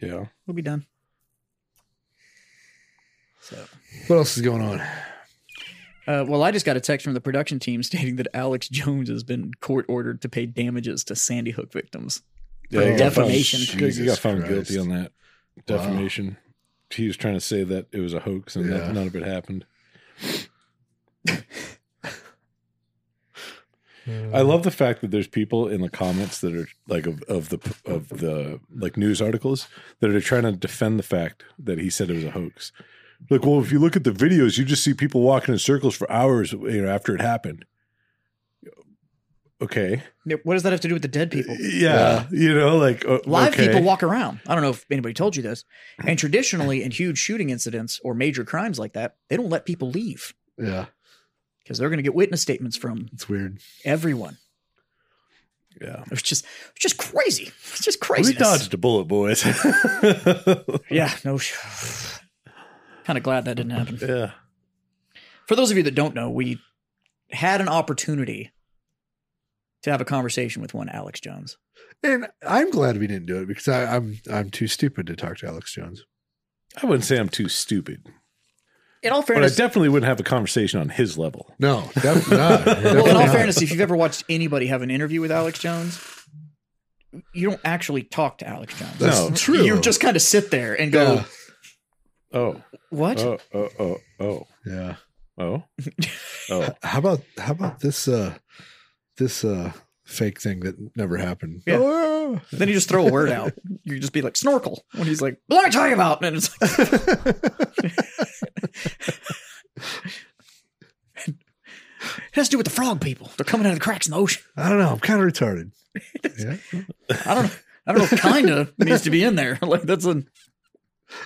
Speaker 5: Yeah.
Speaker 6: We'll be done. So,
Speaker 3: what else is going on?
Speaker 6: uh, well, I just got a text from the production team *laughs* stating that Alex Jones has been court ordered to pay damages to Sandy Hook victims.
Speaker 5: Yeah, you got found-
Speaker 6: defamation.
Speaker 5: You got found
Speaker 3: Jesus
Speaker 5: guilty on that
Speaker 3: Wow.
Speaker 5: defamation. He was trying to say that it was a hoax and
Speaker 3: Yeah.
Speaker 5: that none of it
Speaker 6: *laughs*
Speaker 5: happened. I love the fact that there's people in the comments that are like of, of the of the like news articles that are trying to defend the fact that he said it was a hoax. Like, well, if you look at the videos, you just see people walking in circles for hours you know, after it happened. Okay.
Speaker 6: Yeah, What does that have to do with the dead people?
Speaker 5: Yeah. You know, like uh,
Speaker 6: Live
Speaker 5: okay.
Speaker 6: people walk around. I don't know if anybody told you this. And traditionally, in huge shooting incidents or major crimes like that, they don't let people leave
Speaker 3: Yeah,
Speaker 6: because they're going to get witness statements from
Speaker 3: it's weird.
Speaker 6: everyone.
Speaker 5: Yeah.
Speaker 6: It was just, it was just crazy. It's just
Speaker 5: We
Speaker 6: crazy.
Speaker 5: dodged a bullet, boys. *laughs*
Speaker 6: Yeah, no. Sh- *sighs* kind of glad that didn't happen.
Speaker 5: yeah.
Speaker 6: For those of you that don't know, we had an opportunity to have a conversation with one Alex Jones.
Speaker 3: And I'm glad we didn't do it because I, I'm I'm too stupid to talk to Alex Jones.
Speaker 5: I wouldn't say I'm too stupid,
Speaker 6: In all
Speaker 5: but I
Speaker 6: fairness,
Speaker 5: definitely wouldn't have a conversation on his level.
Speaker 3: No, definitely not.
Speaker 6: *laughs* well,
Speaker 3: Definitely *laughs*
Speaker 6: in all
Speaker 3: not.
Speaker 6: fairness, if you've ever watched anybody have an interview with Alex Jones, you don't actually talk to Alex Jones.
Speaker 3: that's
Speaker 5: No.
Speaker 3: true.
Speaker 6: You just kind of sit there and go,
Speaker 3: Yeah.
Speaker 5: Oh,
Speaker 6: "What?"
Speaker 5: oh, oh, oh, oh,
Speaker 3: yeah.
Speaker 5: oh, oh.
Speaker 3: How about how about this uh this uh fake thing that never happened?
Speaker 6: Yeah.
Speaker 3: Oh,
Speaker 6: Then you just throw a word out. You just be like snorkel when he's like, "What am I talking about?" And it's like, *laughs* it has to do with the frog people. They're coming out of the cracks in the ocean.
Speaker 3: I don't know. I'm kind of retarded. yeah.
Speaker 6: I don't. I don't know. if Kinda needs to be in there. *laughs* Like that's a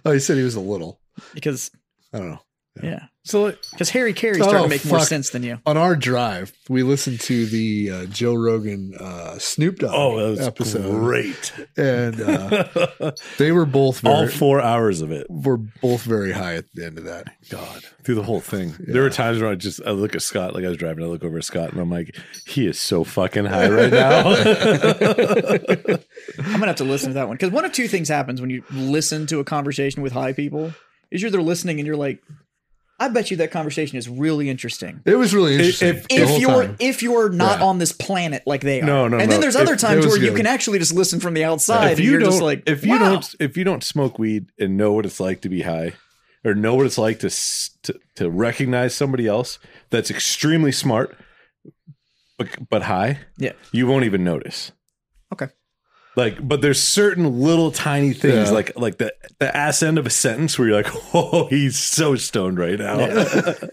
Speaker 3: Oh, he said he was a little.
Speaker 6: because
Speaker 3: I don't know.
Speaker 6: yeah
Speaker 5: So, like,
Speaker 6: because Harry Carey started
Speaker 3: Oh,
Speaker 6: to make more
Speaker 3: fuck.
Speaker 6: sense than you.
Speaker 3: On our drive, we listened to the uh, Joe Rogan uh, Snoop Dogg
Speaker 5: oh, that was
Speaker 3: episode,
Speaker 5: great.
Speaker 3: and uh,
Speaker 5: *laughs*
Speaker 3: they were both very,
Speaker 5: All four hours of it.
Speaker 3: were both very high at the end of that.
Speaker 5: God, through the whole thing. There were times where I just I look at Scott, like I was driving, I look over at Scott, and I'm like, he is so fucking high right *laughs* now.
Speaker 6: I'm gonna have to listen to that one because one of two things happens when you listen to a conversation with high people. is you're there listening and you're like, I bet you that conversation is really interesting.
Speaker 3: It was really interesting.
Speaker 5: if-
Speaker 3: the
Speaker 6: If
Speaker 3: whole
Speaker 6: you're
Speaker 3: time.
Speaker 6: if you're not
Speaker 3: Yeah.
Speaker 6: on this planet like they are,
Speaker 5: No, no,
Speaker 6: and then
Speaker 5: no.
Speaker 6: there's
Speaker 5: If-
Speaker 6: other times
Speaker 3: was
Speaker 6: where you
Speaker 3: good.
Speaker 6: can actually just listen from the outside.
Speaker 5: if
Speaker 6: and
Speaker 5: you
Speaker 6: you're
Speaker 5: don't,
Speaker 6: just like,
Speaker 5: if you
Speaker 6: "Wow."
Speaker 5: don't, if you don't smoke weed and know what it's like to be high, or know what it's like to s- to, to recognize somebody else that's extremely smart, but, but high,
Speaker 6: yeah,
Speaker 5: you won't even notice.
Speaker 6: okay,
Speaker 5: Like, but there's certain little tiny things,
Speaker 3: Yeah.
Speaker 5: like like the the ass end of a sentence where you're like, *laughs* oh, he's so stoned right now. *laughs*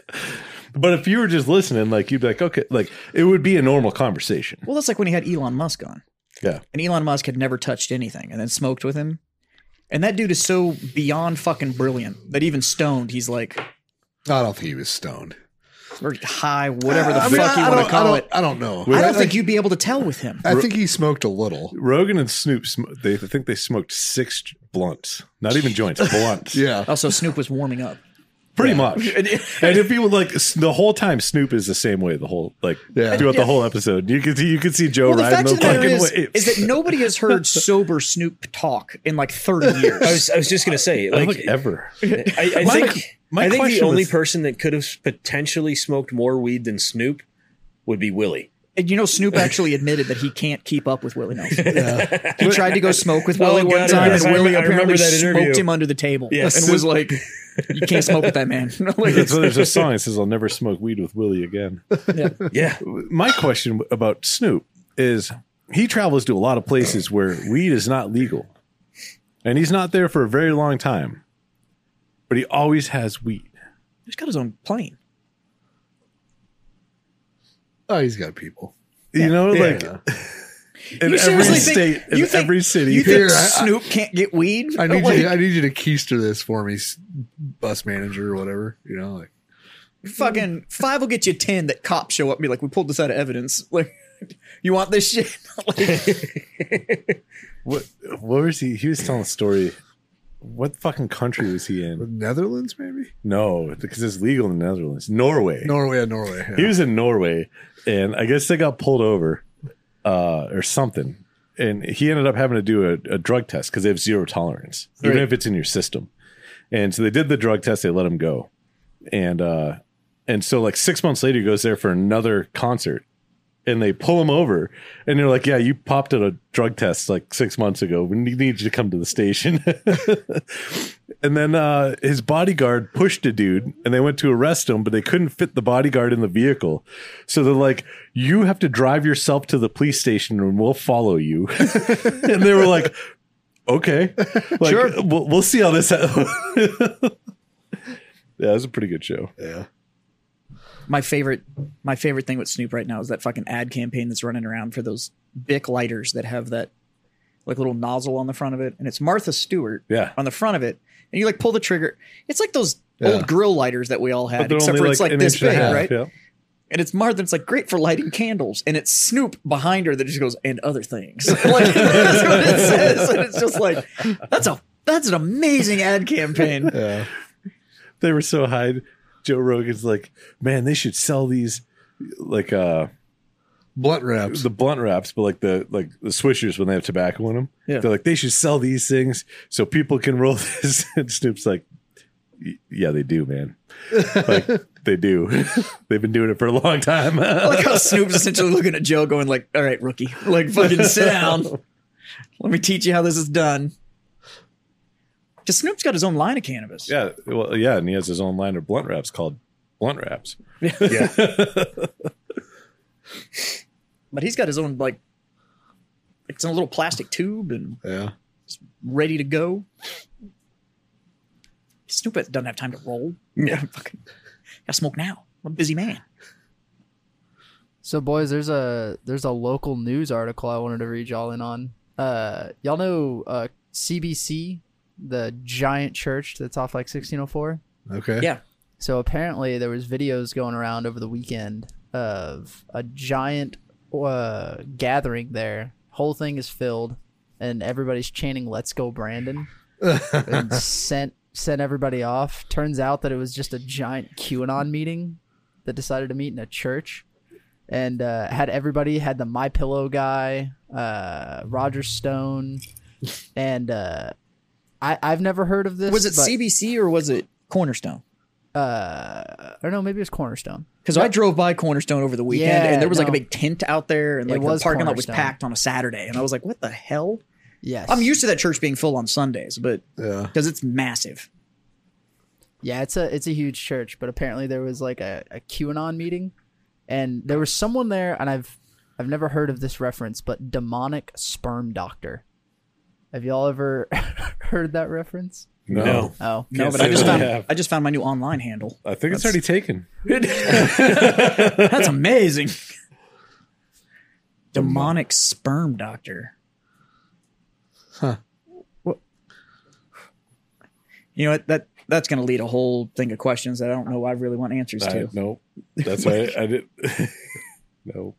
Speaker 5: but if you were just listening, like you'd be like, okay, like it would be a normal conversation.
Speaker 6: well, that's like when he had Elon Musk on.
Speaker 5: Yeah.
Speaker 6: and Elon Musk had never touched anything and then smoked with him. And that dude is so beyond fucking brilliant that even stoned, he's like,
Speaker 3: I don't think he was stoned.
Speaker 6: or high, whatever the
Speaker 3: I mean,
Speaker 6: fuck
Speaker 3: I- I
Speaker 6: you want
Speaker 3: don't-
Speaker 6: to
Speaker 3: I
Speaker 6: call
Speaker 3: don't-
Speaker 6: it.
Speaker 3: I don't know.
Speaker 6: I don't
Speaker 3: I-
Speaker 6: think you'd be able to tell with him.
Speaker 3: I think he smoked a little.
Speaker 5: Rogan and Snoop, sm- they I think they smoked six j- blunts, not even joints,
Speaker 3: *laughs*
Speaker 5: blunts.
Speaker 3: Yeah.
Speaker 6: Also, Snoop was warming up.
Speaker 5: pretty much. *laughs* and if you would like, s- the whole time Snoop is the same way. The whole like
Speaker 3: Yeah.
Speaker 5: throughout the whole episode, you can see you can see Joe
Speaker 6: Well, the
Speaker 5: riding
Speaker 6: fact
Speaker 5: the
Speaker 6: of the matter
Speaker 5: fucking
Speaker 6: is,
Speaker 5: waves.
Speaker 6: is that nobody has heard sober Snoop talk in like 30 years.
Speaker 4: I was, I was just gonna say,
Speaker 5: *laughs* I don't
Speaker 4: like,
Speaker 6: *laughs*
Speaker 5: think ever.
Speaker 4: I, I
Speaker 5: My-
Speaker 4: think,
Speaker 5: my
Speaker 4: I think the
Speaker 5: question
Speaker 4: only
Speaker 5: was-
Speaker 4: person that could have potentially smoked more weed than Snoop would be Willie.
Speaker 6: and you know, Snoop actually admitted that he can't keep up with Willie Nelson. He tried to go smoke with Willie
Speaker 4: Oh,
Speaker 6: one
Speaker 4: God,
Speaker 6: time,
Speaker 4: yes, I
Speaker 6: and Willie
Speaker 4: remember- I remember
Speaker 6: apparently
Speaker 4: that
Speaker 6: smoked
Speaker 4: interview.
Speaker 6: him under the table
Speaker 4: Yes.
Speaker 6: and was like, "You can't smoke with that man." *laughs* like,
Speaker 5: That's why there's a song that says, "I'll never smoke weed with Willie again."
Speaker 4: Yeah,
Speaker 5: My question about Snoop is he travels to a lot of places where weed is not legal, and he's not there for a very long time, but he always has weed.
Speaker 6: he's got his own plane.
Speaker 3: Oh, he's got people.
Speaker 5: You know, like in
Speaker 6: You
Speaker 5: every
Speaker 6: seriously think-
Speaker 5: state, in
Speaker 6: you think-
Speaker 5: every city.
Speaker 6: You think
Speaker 3: Here, I-
Speaker 6: Snoop can't get weed?
Speaker 3: I need
Speaker 6: Like,
Speaker 3: you. To, I need you to keister this for me, s- bus manager or whatever. You know, like
Speaker 6: fucking five will get you ten that cops show up and be like, we pulled this out of evidence. *laughs* Like, you want this shit? *laughs* like,
Speaker 5: What what was he? He was telling a story. What fucking country was he
Speaker 3: the
Speaker 5: in?
Speaker 3: Netherlands, maybe
Speaker 5: No, because it's legal in the Netherlands. Norway.
Speaker 3: Norway. Yeah, Norway.
Speaker 5: He
Speaker 3: Yeah.
Speaker 5: was in Norway, and I guess they got pulled over uh, or something. And he ended up having to do a, a drug test because they have zero tolerance, even
Speaker 3: Right.
Speaker 5: if it's in your system. And so they did the drug test. They let him go, and uh, and so like six months later, he goes there for another concert, and they pull him over, and they're like, "Yeah, you popped at a drug test like six months ago. We need need you to come to the station." *laughs* And then uh, his bodyguard pushed a dude, and they went to arrest him, but they couldn't fit the bodyguard in the vehicle. So they're like, "You have to drive yourself to the police station, and we'll follow you." *laughs* and they were like, "Okay, like, we'll, we'll see how this." *laughs* yeah, that was a pretty good show.
Speaker 6: my favorite, my favorite thing with Snoop right now is that fucking ad campaign that's running around for those Bic lighters that have that like little nozzle on the front of it, and it's Martha Stewart
Speaker 5: Yeah.
Speaker 6: on the front of it, and you like pull the trigger. It's like those
Speaker 3: Yeah.
Speaker 6: old grill lighters that we all had,
Speaker 5: They're
Speaker 6: except
Speaker 5: only,
Speaker 6: for it's like
Speaker 5: an
Speaker 6: this
Speaker 5: inch and a
Speaker 6: big,
Speaker 5: half,
Speaker 6: right?
Speaker 5: Yeah.
Speaker 6: And it's Martha. It's like great for lighting candles, and it's Snoop behind her that just goes and other things. *laughs* like that's what it says, and it's just like that's a that's an amazing ad campaign.
Speaker 3: Yeah.
Speaker 5: they were so high. Joe Rogan's like, "Man, they should sell these like uh."
Speaker 3: Blunt wraps.
Speaker 5: the blunt wraps, but like the like the swishers when they have tobacco in them.
Speaker 6: Yeah.
Speaker 5: They're like they should sell these things so people can roll *laughs* this. And Snoop's like, "Y- yeah, they do, man. Like they do. *laughs* They've been doing it for a long time.
Speaker 6: like how Snoop's essentially looking at Joe, going like, "All right, rookie, like fucking sit down. Let me teach you how this is done." Because Snoop's got his own line of cannabis.
Speaker 5: *laughs* yeah, well, yeah, and he has his own line of blunt wraps called Blunt Wraps.
Speaker 6: but he's got his own like it's in a little plastic tube and
Speaker 3: Yeah.
Speaker 6: ready to go. Snoop doesn't have time to roll. Yeah, fucking gotta smoke now. I'm a busy man.
Speaker 7: So boys, there's a there's a local news article I wanted to read y'all in on. Uh, y'all know uh, CBC, the giant church that's off like 1604.
Speaker 3: Okay.
Speaker 6: Yeah.
Speaker 7: So apparently there was videos going around over the weekend of a giant uh, gathering there. Whole thing is filled, and everybody's chanting "Let's go, Brandon!" and
Speaker 6: *laughs*
Speaker 7: sent sent everybody off. Turns out that it was just a giant QAnon meeting that decided to meet in a church, and uh, had everybody had the My Pillow guy, uh, Roger Stone, and uh, I, I've never heard of this.
Speaker 6: Was it
Speaker 7: but,
Speaker 6: CBC or was it Cornerstone?
Speaker 7: I don't know. Maybe it's Cornerstone.
Speaker 6: Because I drove by Cornerstone over the weekend
Speaker 7: Yeah,
Speaker 6: and there was like
Speaker 7: no.
Speaker 6: a big tent out there and
Speaker 7: It
Speaker 6: like the
Speaker 7: was
Speaker 6: parking lot was
Speaker 7: Cornerstone.
Speaker 6: packed on a Saturday. And I was like, what the hell?
Speaker 7: Yes.
Speaker 6: I'm used to that church being full on Sundays, but
Speaker 3: Yeah.
Speaker 6: because it's massive.
Speaker 7: Yeah, it's a it's a huge church, but apparently there was like a, a QAnon meeting, and there was someone there, and I've I've never heard of this reference, but demonic sperm doctor. Have y'all ever *laughs* heard that reference?
Speaker 5: No.
Speaker 7: Oh
Speaker 6: No, but
Speaker 5: say
Speaker 6: I just
Speaker 5: that
Speaker 6: found
Speaker 5: we have.
Speaker 6: I just found my new online
Speaker 7: *laughs*
Speaker 6: handle.
Speaker 5: I think it's already taken.
Speaker 6: That's amazing. Demonic sperm doctor. Huh. You know what? That that's going to lead a whole thing of questions that I don't know I really want answers
Speaker 5: *laughs* I,
Speaker 6: to.
Speaker 5: no, that's why I, I did. *laughs* no.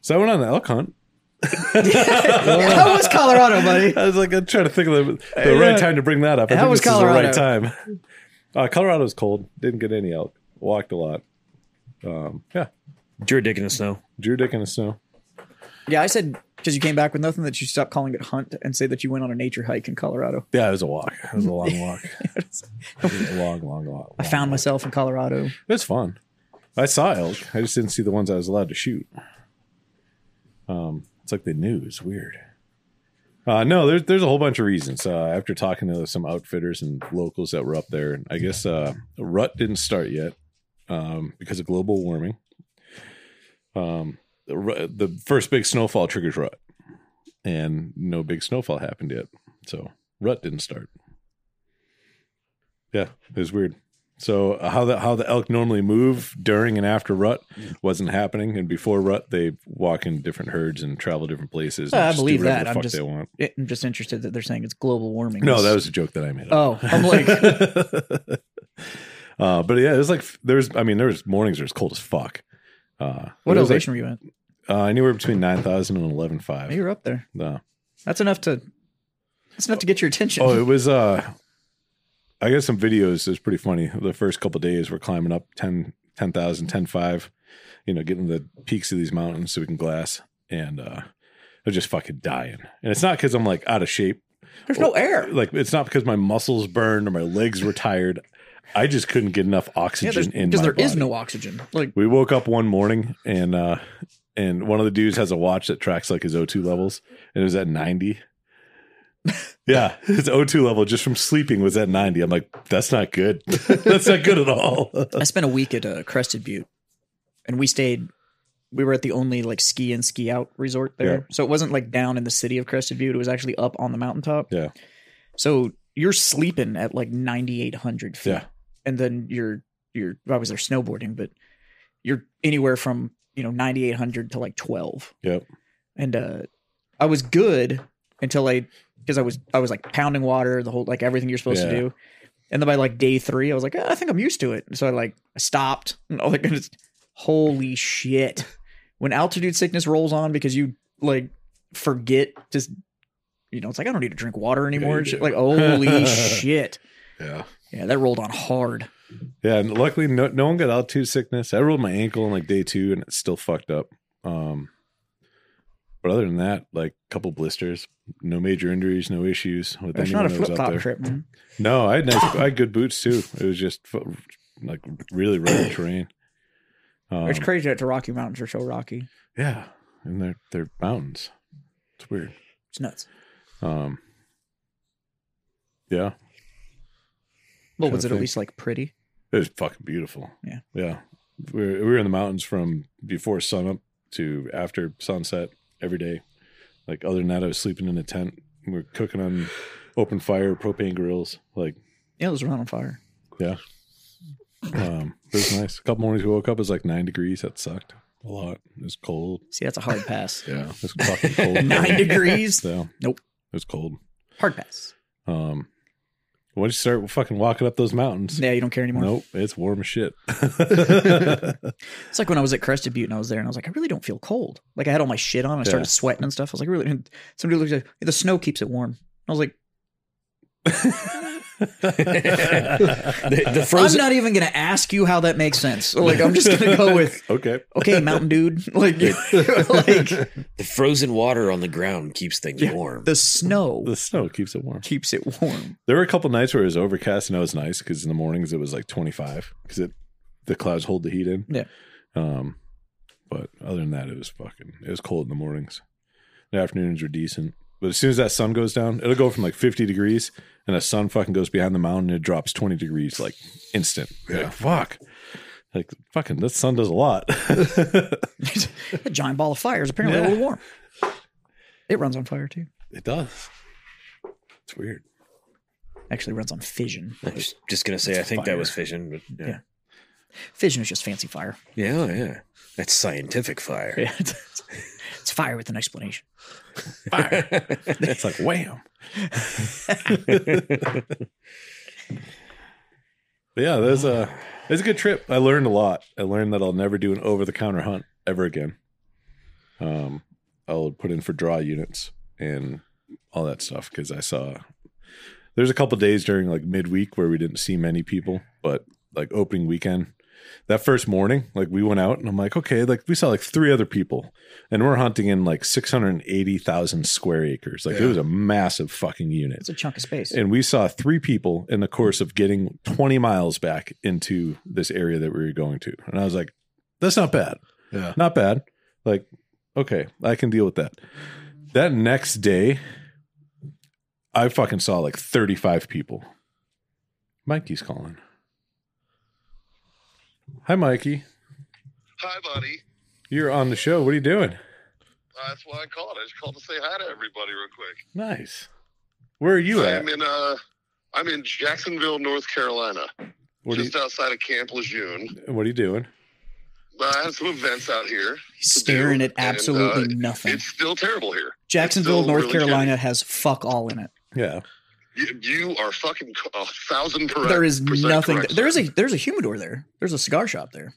Speaker 5: So I went on an elk hunt.
Speaker 7: Oh,
Speaker 6: How was Colorado, buddy?
Speaker 5: I was like, I'm trying to think of the, the right time to bring that up. I
Speaker 6: How
Speaker 5: think
Speaker 6: was
Speaker 5: this is the
Speaker 6: Colorado?
Speaker 5: right time. *laughs* Uh, Colorado's cold. Didn't get any elk. Walked a lot. Um, yeah,
Speaker 4: Drew a dick in the snow.
Speaker 5: drew dick in the snow.
Speaker 6: Yeah, I said because you came back with nothing that you stopped calling it hunt and say that you went on a nature hike in Colorado. *laughs*
Speaker 5: Yeah, it was a walk. It was a long walk. It was a long, long, walk.
Speaker 6: I found myself in Colorado.
Speaker 5: It was fun. I saw elk. I just didn't see the ones I was allowed to shoot. Um, it's like the news. Weird. Uh, no, there's there's a whole bunch of reasons. Uh, after talking to some outfitters and locals that were up there, and I guess uh, rut didn't start yet um, because of global warming. Um, the, ru- the first big snowfall triggers rut, and no big snowfall happened yet, so rut didn't start. Yeah, it was weird. So uh, how the how the elk normally move during and after rut wasn't happening, and before rut they walk in different herds and travel different places. and
Speaker 6: I
Speaker 5: just do
Speaker 6: believe
Speaker 5: whatever
Speaker 6: that.
Speaker 5: the
Speaker 6: I'm
Speaker 5: fuck
Speaker 6: just-
Speaker 5: they want.
Speaker 6: I'm just interested that they're saying it's global warming.
Speaker 5: No, that was a joke that I
Speaker 6: *laughs*
Speaker 5: made. up.
Speaker 6: Oh, I'm
Speaker 5: *laughs*
Speaker 6: like Oh.
Speaker 5: uh, but yeah, it was like there's. I mean, there was mornings where it was cold as fuck. Uh,
Speaker 6: what
Speaker 5: it was
Speaker 6: elevation were you at?
Speaker 5: Like, uh, anywhere between nine thousand and eleven five.
Speaker 6: You were up there. *laughs*
Speaker 5: No.
Speaker 6: That's enough to. That's enough to get your attention.
Speaker 5: Oh, it was. Uh, I got some videos. It was pretty funny. The first couple days, we're climbing up 10, 10,000, 10,500, You know, getting the peaks of these mountains so we can glass, and uh, I'm just fucking dying. And it's not because I'm like out of shape.
Speaker 6: *laughs* There's no air.
Speaker 5: Like it's not because my muscles burned or my legs were tired. I just couldn't get enough
Speaker 6: Yeah,
Speaker 5: oxygen
Speaker 6: there's
Speaker 5: in
Speaker 6: because
Speaker 5: my
Speaker 6: there is
Speaker 5: body.
Speaker 6: no oxygen. Like
Speaker 5: we woke up one morning and uh and one of the dudes has a watch that tracks like his O2 levels and it was at
Speaker 6: *laughs*
Speaker 5: 90. Yeah, his O2 level just from sleeping was at 90. I'm like, that's not good. *laughs* that's not good at all. *laughs*
Speaker 6: I spent a week at uh, Crested Butte, and we stayed. We were at the only like ski in ski out resort there,
Speaker 5: Yeah.
Speaker 6: so it wasn't like down in the city of Crested Butte. It was actually up on the mountaintop.
Speaker 5: Yeah.
Speaker 6: So you're sleeping at like 9,800 feet,
Speaker 5: Yeah.
Speaker 6: and then you're you're I was there snowboarding, but you're anywhere from you know 9,800 to like 12.
Speaker 5: Yep.
Speaker 6: and uh I was good until I because I was I was like pounding water the whole like everything you're supposed
Speaker 5: Yeah.
Speaker 6: to do, and then by like day three I was like "Ah, I think I'm used to it, and so I like I stopped *laughs* and all that kind of holy shit when altitude sickness rolls on because you like forget just you know it's like I don't need to drink water anymore
Speaker 5: you
Speaker 6: and shit.
Speaker 5: do.
Speaker 6: like
Speaker 5: *laughs*
Speaker 6: holy shit
Speaker 3: Yeah.
Speaker 6: yeah that rolled on hard
Speaker 5: Yeah, and luckily no, no one got altitude sickness. I rolled my ankle on like day two and it's still fucked up. Um but other than that, like couple blisters, no major injuries, no issues with
Speaker 6: it's
Speaker 5: anyone
Speaker 6: not a
Speaker 5: that was
Speaker 6: flip
Speaker 5: out
Speaker 6: flop
Speaker 5: there.
Speaker 6: trip man.
Speaker 5: No, I had nice, I had good boots too. It was just fu- like really *clears throat* rough terrain. Um,
Speaker 6: it's crazy that the Rocky Mountains are so rocky
Speaker 5: yeah, and they're they're mountains. It's weird.
Speaker 6: it's nuts
Speaker 5: Um, yeah,
Speaker 6: well
Speaker 5: Kinda
Speaker 6: was it at
Speaker 5: thing.
Speaker 6: least like pretty
Speaker 5: it was fucking beautiful.
Speaker 6: Yeah.
Speaker 5: yeah. We were, we were in the mountains from before sunup to after sunset every day. Like other than that, I was sleeping in a tent. We were cooking on open fire propane grills. Like
Speaker 6: yeah it was around on fire
Speaker 5: Yeah. Um, it was nice. A couple mornings we woke up, it was like nine degrees. That sucked a lot. It was cold.
Speaker 6: see that's a hard
Speaker 5: *laughs*
Speaker 6: pass
Speaker 5: Yeah. It was
Speaker 6: *laughs*
Speaker 5: fucking cold.
Speaker 6: nine degrees
Speaker 5: So,
Speaker 6: Nope.
Speaker 5: It was cold.
Speaker 6: Hard pass.
Speaker 5: Um, once you start fucking walking up those mountains,
Speaker 6: Yeah, you don't care anymore.
Speaker 5: nope, it's warm as shit.
Speaker 6: It's like when I was at Crested Butte and I was there and I was like, I really don't feel cold. Like I had all my shit on. I started
Speaker 5: Yeah.
Speaker 6: sweating and stuff. I was like, really? And somebody looked at the snow keeps it warm. I was like,
Speaker 4: The, the
Speaker 6: I'm
Speaker 4: frozen.
Speaker 6: not even gonna ask you how that makes sense. *laughs* Like I'm just gonna go
Speaker 5: *laughs*
Speaker 6: with
Speaker 5: Okay.
Speaker 6: okay, Mountain Dude. *laughs* Like, like
Speaker 4: the frozen water on the ground keeps things warm.
Speaker 6: the snow
Speaker 5: The snow keeps it warm.
Speaker 6: keeps it warm.
Speaker 5: There were a couple nights where it was overcast and it was nice because in the mornings it was like 25 because it the clouds hold the heat in.
Speaker 6: Yeah. *laughs*
Speaker 5: Um, but other than that, it was fucking. It was cold in the mornings. The afternoons were decent, but as soon as that sun goes down, it'll go from like 50 degrees, and the sun fucking goes behind the mountain and it drops 20 degrees like instant. You're Like fuck. Like fucking, this sun does a lot. *laughs* it
Speaker 6: A giant ball of fire is apparently a
Speaker 5: Yeah.
Speaker 6: little warm. It runs on fire too.
Speaker 5: does. It's weird.
Speaker 6: Actually, runs on fission.
Speaker 4: I was just gonna say, I think that was fission, but yeah,
Speaker 6: Fission is just fancy fire.
Speaker 4: yeah, oh, yeah. That's scientific fire.
Speaker 6: Yeah, it's, it's fire with an explanation.
Speaker 5: *laughs* It's like wham. But yeah, that was a that was a good trip. I learned a lot. I learned that I'll never do an over the counter hunt ever again. Um, I'll put in for draw units and all that stuff because I saw there's a couple days during like midweek where we didn't see many people, but like opening weekend. That first morning, like we went out and I'm like, okay, like we saw like three other people and we're hunting in like 680,000 square acres. Like it
Speaker 3: Yeah.
Speaker 5: was a massive fucking unit.
Speaker 6: It's a chunk of space.
Speaker 5: And we saw three people in the course of getting 20 miles back into this area that we were going to. And I was like, that's not bad.
Speaker 3: Yeah.
Speaker 5: Not bad. Like, okay, I can deal with that. That next day, I fucking saw like 35 people. Mikey's calling. Hi, Mikey.
Speaker 8: Hi, buddy.
Speaker 5: You're on the show. What are you doing?
Speaker 8: Uh, that's why I called. I just called to say hi to everybody real quick.
Speaker 5: Nice. Where are you at?
Speaker 8: I'm in uh, I'm in Jacksonville, North Carolina,
Speaker 5: What are, you,
Speaker 8: just outside of Camp Lejeune.
Speaker 5: what are you doing?
Speaker 8: Uh, I have some events out here.
Speaker 6: He's staring at
Speaker 8: And, uh,
Speaker 6: absolutely nothing.
Speaker 8: It's still terrible here.
Speaker 6: Jacksonville,
Speaker 8: still
Speaker 6: North
Speaker 8: really
Speaker 6: Carolina has fuck all in it.
Speaker 5: Yeah.
Speaker 8: You, you are fucking c- a thousand percent.
Speaker 6: there is
Speaker 8: percent
Speaker 6: nothing.
Speaker 8: correct,
Speaker 6: there's
Speaker 8: sir.
Speaker 6: a there's a humidor there. There's a cigar shop there.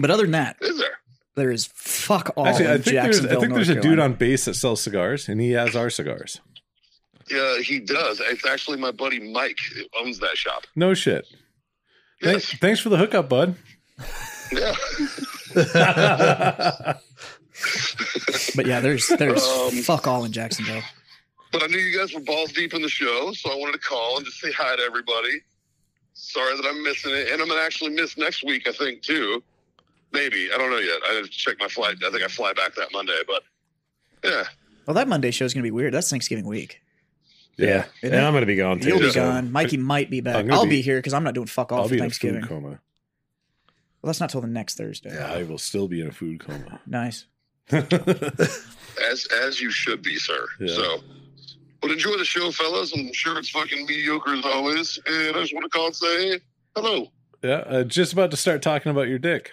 Speaker 6: But other than that,
Speaker 8: Is there?
Speaker 6: there is fuck all.
Speaker 5: Actually,
Speaker 6: in
Speaker 5: I think there's,
Speaker 6: Jacksonville,
Speaker 5: I think
Speaker 6: North
Speaker 5: there's a dude
Speaker 6: Carolina.
Speaker 5: on base that sells cigars, and he has our cigars.
Speaker 8: Yeah, he does. It's actually my buddy Mike who owns that shop.
Speaker 5: No shit. Thanks,
Speaker 8: Yes.
Speaker 5: thanks for the hookup, bud.
Speaker 8: Yeah.
Speaker 6: But yeah, there's there's
Speaker 8: Um,
Speaker 6: fuck all in Jacksonville.
Speaker 8: But I knew you guys were balls deep in the show, so I wanted to call and just say hi to everybody. Sorry that I'm missing it, and I'm gonna actually miss next week, I think too. Maybe I don't know yet. I have to check my flight. I think I fly back that Monday, but yeah,
Speaker 6: Well, that Monday show is gonna be weird. That's Thanksgiving week.
Speaker 5: Yeah.
Speaker 4: and I'm gonna be gone too.
Speaker 6: You'll be
Speaker 4: so-
Speaker 6: gone. Mikey might be back.
Speaker 5: I'm gonna
Speaker 6: I'll be,
Speaker 5: be-
Speaker 6: here because I'm not doing fuck all
Speaker 5: I'll
Speaker 6: for
Speaker 5: be in a food
Speaker 6: Thanksgiving. Well,
Speaker 5: coma.
Speaker 6: that's not till the next Thursday.
Speaker 5: Yeah, I will still be in a food coma.
Speaker 6: Nice.
Speaker 8: as as you should be, sir.
Speaker 5: Yeah.
Speaker 8: So, but enjoy the show, fellas. I'm sure it's fucking mediocre as always, and I just want to call and say hello. *laughs*
Speaker 5: yeah, uh, just about to start talking about your dick.